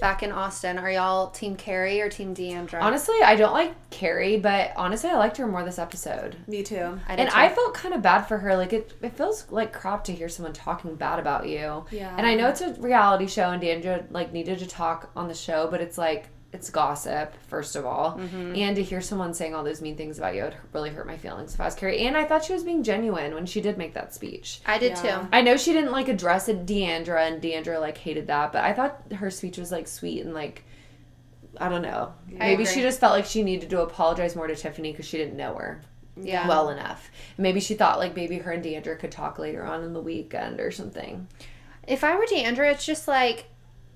B: back in Austin, are y'all Team Carrie or Team Deandra?
A: Honestly, I don't like Carrie, but honestly, I liked her more this episode.
C: Me too.
B: I did
A: And
B: too.
A: I felt kind of bad for her. Like it, it feels like crap to hear someone talking bad about you.
C: Yeah.
A: And I know it's a reality show, and Deandra like needed to talk on the show, but it's like it's gossip first of all,
B: Mm-hmm.
A: and to hear someone saying all those mean things about you, it really hurt my feelings if I was Carrie. And I thought she was being genuine when she did make that speech.
B: I did
C: Yeah.
B: too.
A: I know she didn't like address it Deandra and Deandra like hated that, but I thought her speech was like sweet and like I don't know.
B: I
A: Maybe
B: agree.
A: she just felt like she needed to apologize more to Tiffany because she didn't know her
B: Yeah.
A: well enough. Maybe she thought like maybe her and Deandra could talk later on in the weekend or something.
B: If I were Deandra, it's just like,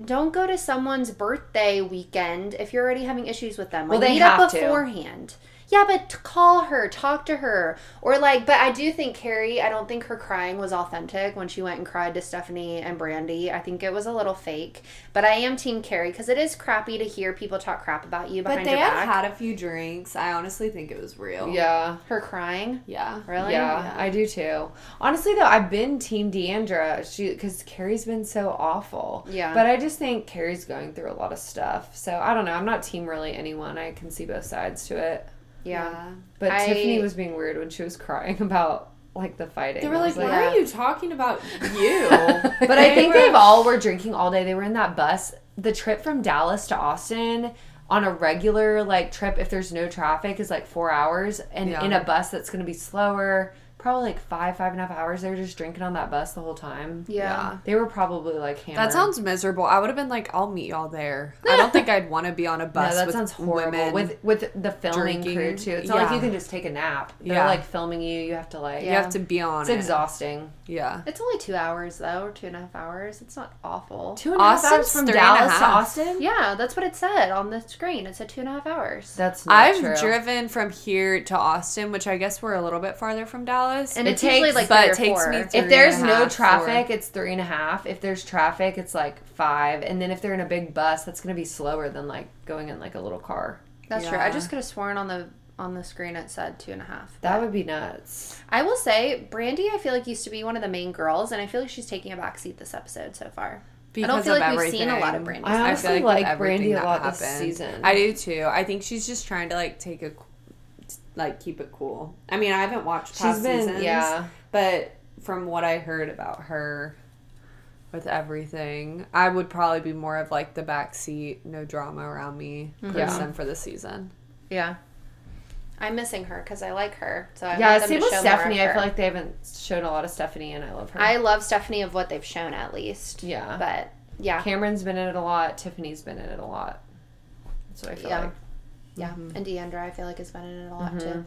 B: don't go to someone's birthday weekend if you're already having issues with them.
A: Well,
B: Like,
A: they
B: meet
A: have
B: up
A: to.
B: beforehand. Yeah, but t- call her, talk to her, or like. But I do think Carrie. I don't think her crying was authentic when she went and cried to Stephanie and Brandy. I think it was a little fake. But I am Team Carrie because it is crappy to hear people talk crap about you behind
C: But they
B: your
C: had
B: back.
C: had a few drinks. I honestly think it was real.
A: Yeah.
B: her crying,
C: Yeah.
B: really.
A: Yeah, I do too. Honestly, though, I've been Team Deandra. She because Carrie's been so awful.
B: Yeah.
A: but I just think Carrie's going through a lot of stuff. So I don't know. I'm not Team really anyone. I can see both sides to it.
B: yeah.
A: But
B: I-
A: Tiffany was being weird when she was crying about like the fighting.
C: They were
A: I
C: like,
A: was
C: "Why
B: Yeah.
C: are you talking about you?"
A: but I think
C: were-
A: they've all were drinking all day. They were in that bus. The trip from Dallas to Austin on a regular like trip, if there's no traffic, is like four hours, and
C: Yeah.
A: in a bus that's going to be slower, probably like five, five and a half hours. They were just drinking on that bus the whole time.
B: Yeah.
A: They were probably like hammered.
C: That sounds miserable. I would have been like, "I'll meet y'all there." I don't think I'd want to be on a
A: No,
C: bus.
A: that
C: with
A: sounds horrible.
C: Women.
A: with with the filming
C: drinking.
A: crew too. It's not like
C: Yeah.
A: you can just take a nap. They're
C: Yeah.
A: like filming you. You have to like.
C: you
B: Yeah.
C: have to be on.
A: It's
C: it.
A: exhausting.
C: Yeah.
B: It's only two hours though, or two and a half hours. It's not awful.
A: Two and a half
C: Austin's
A: hours from
C: three and a
A: Dallas to
C: half.
A: Austin.
B: Yeah, that's what it said on the screen. It said two and a half hours.
A: That's not
C: I've
A: true.
C: driven from here to Austin, which I guess we're a little bit farther from Dallas.
B: and
A: It
B: it's usually
A: takes-
B: like
C: but
B: three or
C: it takes
B: four.
C: me
A: If
C: Three
A: there's
C: and a
A: no
C: half,
A: traffic, it's three and a half. If there's traffic, it's like five. And then if they're in a big bus, that's going to be slower than like going in like a little car.
B: That's true. I
C: Yeah.
B: just could have sworn on the on the screen it said two and a half.
A: That would be nuts.
B: I will say, Brandy, I feel like used to be one of the main girls, and I feel like she's taking a backseat this episode so far. I don't
C: Because
B: feel
C: of
B: like we've seen a lot of
C: everything.
B: Brandy.
A: I
B: stuff.
A: honestly
C: with
A: like
C: everything
A: Brandy a
C: that
A: lot this season.
C: I do too. I think she's just trying to like take a, like keep it cool. I mean, I haven't watched past
A: been-
C: seasons,
A: yeah.
C: But from what I heard about her, with everything, I would probably be more of like the backseat, no drama around me
B: Mm-hmm.
A: Yeah.
C: person for the season.
B: Yeah. I'm missing her because I like her. So I want
A: Yeah,
B: them
A: same
B: to
A: with
B: show
A: Stephanie.
B: More
A: I
B: of her.
A: feel like they haven't shown a lot of Stephanie, and I love her.
B: I love Stephanie of what they've shown at least.
A: Yeah.
B: But yeah,
A: Cameron's been in it a lot. Tiffany's been in it a lot. That's what I feel
B: Yeah.
A: like.
B: yeah,
A: mm-hmm.
B: and Deandra I feel like has been in it a lot too.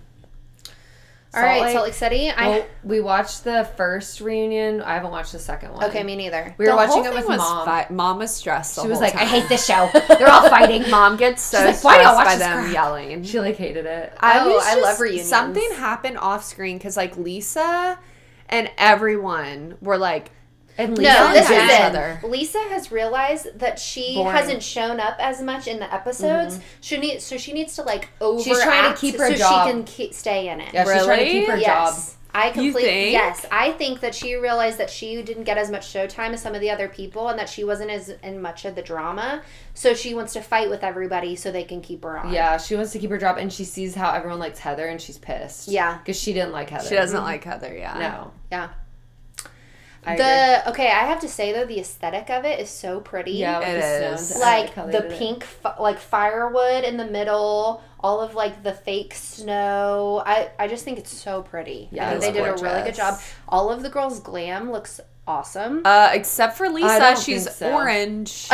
B: All
A: Salt
B: right,
A: Lake-
B: Salt Lake City. I
A: Well, we watched the first reunion. I haven't watched the second one.
B: okay, me neither.
A: we were
C: The
A: watching
C: whole
A: it
C: thing
A: with
C: was
A: mom.
C: fi- mom was stressed. The
A: She was
C: whole
A: like,
C: time.
A: "I hate this show. They're all fighting."
C: Mom gets so
A: She's like, "Why do I
C: stressed
A: watch
C: by
A: this
C: them
A: crap?"
C: yelling.
A: She like hated it.
C: I
B: Oh,
C: was
B: I love
C: just-
B: reunions.
C: Something happened off screen because like Lisa and everyone were like,
A: And
B: No,
A: Lisa
B: this is
C: and
B: it.
C: each other.
B: Lisa has realized that she
A: Boring.
B: hasn't shown up as much in the episodes. She needs, so she needs to like over.
A: Mm-hmm. trying to keep her
B: so
A: job.
B: she can keep, stay in it.
A: Yeah, she's trying to
C: Really?
A: keep her
B: yes,
A: job.
B: I completely
C: think?
B: yes. I think that she realized that she didn't get as much showtime as some of the other people, and that she wasn't as in much of the drama. So she wants to fight with everybody so they can keep her on.
A: Yeah, she wants to keep her job, and she sees how everyone likes Heather, and she's pissed.
B: Yeah.
A: because she didn't like Heather.
C: She doesn't like Heather, yeah.
A: No,
B: yeah.
A: I agree.
B: the okay, I have to say though, the aesthetic of it is so pretty.
A: yeah, with
C: It
A: the
C: is.
A: stones. I
B: like
A: how they
B: the
A: did it.
B: pink, f- like firewood in the middle, all of like the fake snow. I I just think it's so pretty.
A: Yeah,
B: I think
A: it's
B: they did a really good
C: gorgeous.
B: job. All of the girls' glam looks awesome.
C: Uh, except for Lisa,
A: don't
C: she's
A: think so.
C: orange.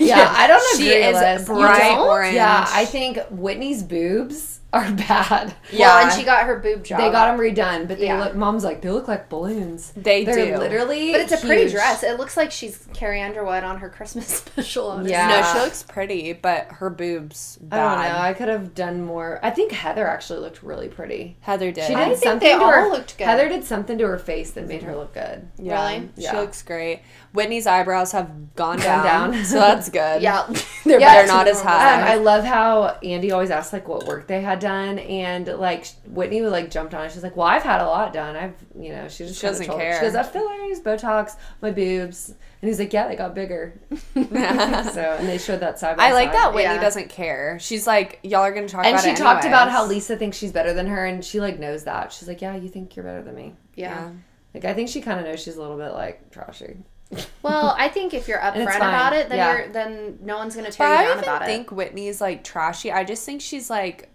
A: Yeah, I don't agree.
C: She is
A: Liz. You
C: bright
A: don't?
C: orange.
A: Yeah, I think Whitney's boobs are bad.
B: yeah,
C: yeah.
B: and she got her boob job.
A: They got them redone, but they
B: Yeah.
A: look. Mom's like they look like balloons.
C: They
A: They're
C: do.
A: literally.
B: But it's a pretty
A: huge.
B: dress. It looks like she's Carrie Underwood on her Christmas special. Honestly.
A: Yeah.
C: No, she looks pretty, but her boobs
A: I don't know.
C: bad.
A: I could have done more. I think Heather actually looked really pretty.
C: Heather did.
A: She did
B: I think
A: something
B: they
A: to her.
B: all looked good.
A: Heather did something to her face that made her look good.
C: Yeah.
B: Really?
C: She
A: Yeah.
C: looks great. Whitney's eyebrows have
A: Gone
C: gone down,
A: down.
C: so that's good.
B: Yeah.
C: They're,
A: Yeah,
C: they're
A: it's
C: not as
B: normal.
A: Um, I
C: high.
A: love how Andy always asks like what work they had done, and like Whitney would like jumped on it. She's like, "Well, I've had a lot done. I've you know she just
C: She
A: kinda
C: doesn't
A: told him.
C: care.
A: She goes, "I fillers, Botox, my boobs," and he's like, "Yeah, they got bigger." so and they showed that side by
C: I, like
A: side.
C: that Whitney
B: Yeah.
C: doesn't care. She's like, y'all are gonna talk
A: And
C: about
A: she
C: it
A: talked about how
C: anyways.
A: Lisa thinks she's better than her, and she like knows that. She's like, "Yeah, you think you're better than me."
B: yeah.
A: Like I think she kind of knows she's a little bit like trashy.
B: Well, I think if you're upfront
A: it's fine.
B: about it, then
A: Yeah.
B: you're then no one's gonna tear
C: But I
B: you
C: don't
B: down
C: even
B: about
C: think Whitney's like trashy. I just think she's like,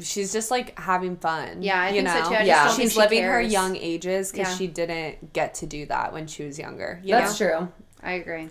C: she's just like having fun.
B: Yeah, I
C: you
B: think so,
C: know?
B: too. I just
A: Yeah. don't
C: she's
B: think she
C: living her
B: cares.
C: young ages because
B: Yeah.
C: she didn't get to do that when she was younger. You
A: That's
C: know?
A: true.
B: it. I agree.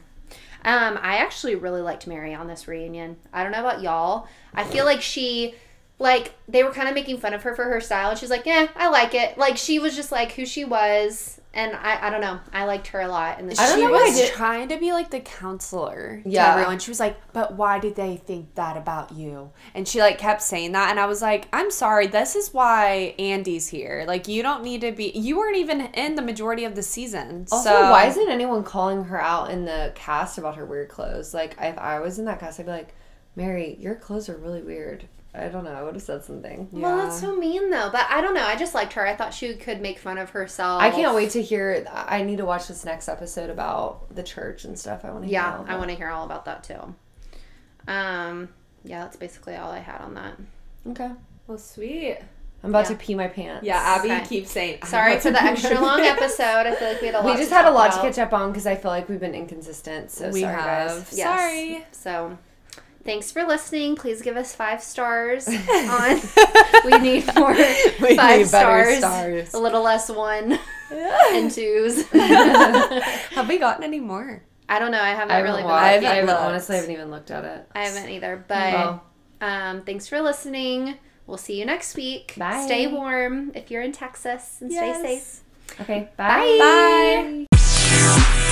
B: Um, I actually really liked Mary on this reunion. I don't know about y'all. I feel like she like they were kind of making fun of her for her style and she's like, Yeah, I like it. Like she was just like who she was and I, I don't know. I liked her a lot in this
A: I don't
C: she
A: know why I
C: was
A: did-
C: trying to be like the counselor
A: Yeah.
C: to everyone. She was like, "But why did they think that about you?" And she like kept saying that, and I was like, "I'm sorry, this is why Andy's here. Like, you don't need to be. You weren't even in the majority of the season.
A: Also,
C: so
A: why isn't anyone calling her out in the cast about her weird clothes? Like, if I was in that cast, I'd be like, Mary, your clothes are really weird. I don't know. I would have said something.
B: Well, that's so mean though. But I don't know. I just liked her. I thought she could make fun of herself.
A: I can't wait to hear. I need to watch this next episode about the church and stuff. I want to hear.
B: Yeah, I want to hear all about that too. Um, yeah, that's basically all I had on that.
A: to. Okay.
C: well, sweet.
A: I'm about
B: Yeah.
A: to pee my pants.
C: Yeah, Abby
B: Okay.
C: keeps saying. "I'm
B: Sorry
C: not
B: for the
C: gonna
B: extra
C: do
B: long
C: this."
B: episode. I feel like we had a lot.
A: We just had a lot
B: talk
A: to
B: about.
A: catch up on because I feel like we've been inconsistent. So
C: We
A: sorry,
C: have.
A: guys.
B: Yes.
C: Sorry.
B: So, thanks for listening. Please give us five stars. on we need more
C: We
B: five
C: need better
B: stars,
C: stars.
B: A little less one and twos.
C: Have we gotten any more?
B: I don't know. I haven't
A: I haven't
B: really been.
A: watched. I
C: haven't
A: haven't,
C: looked.
A: honestly haven't even looked at it.
B: I haven't either. But
A: Well.
B: um, thanks for listening. We'll see you next week.
A: Bye.
B: Stay warm if you're in Texas and
C: Yes.
B: stay safe.
A: Okay.
B: Bye.
C: Bye.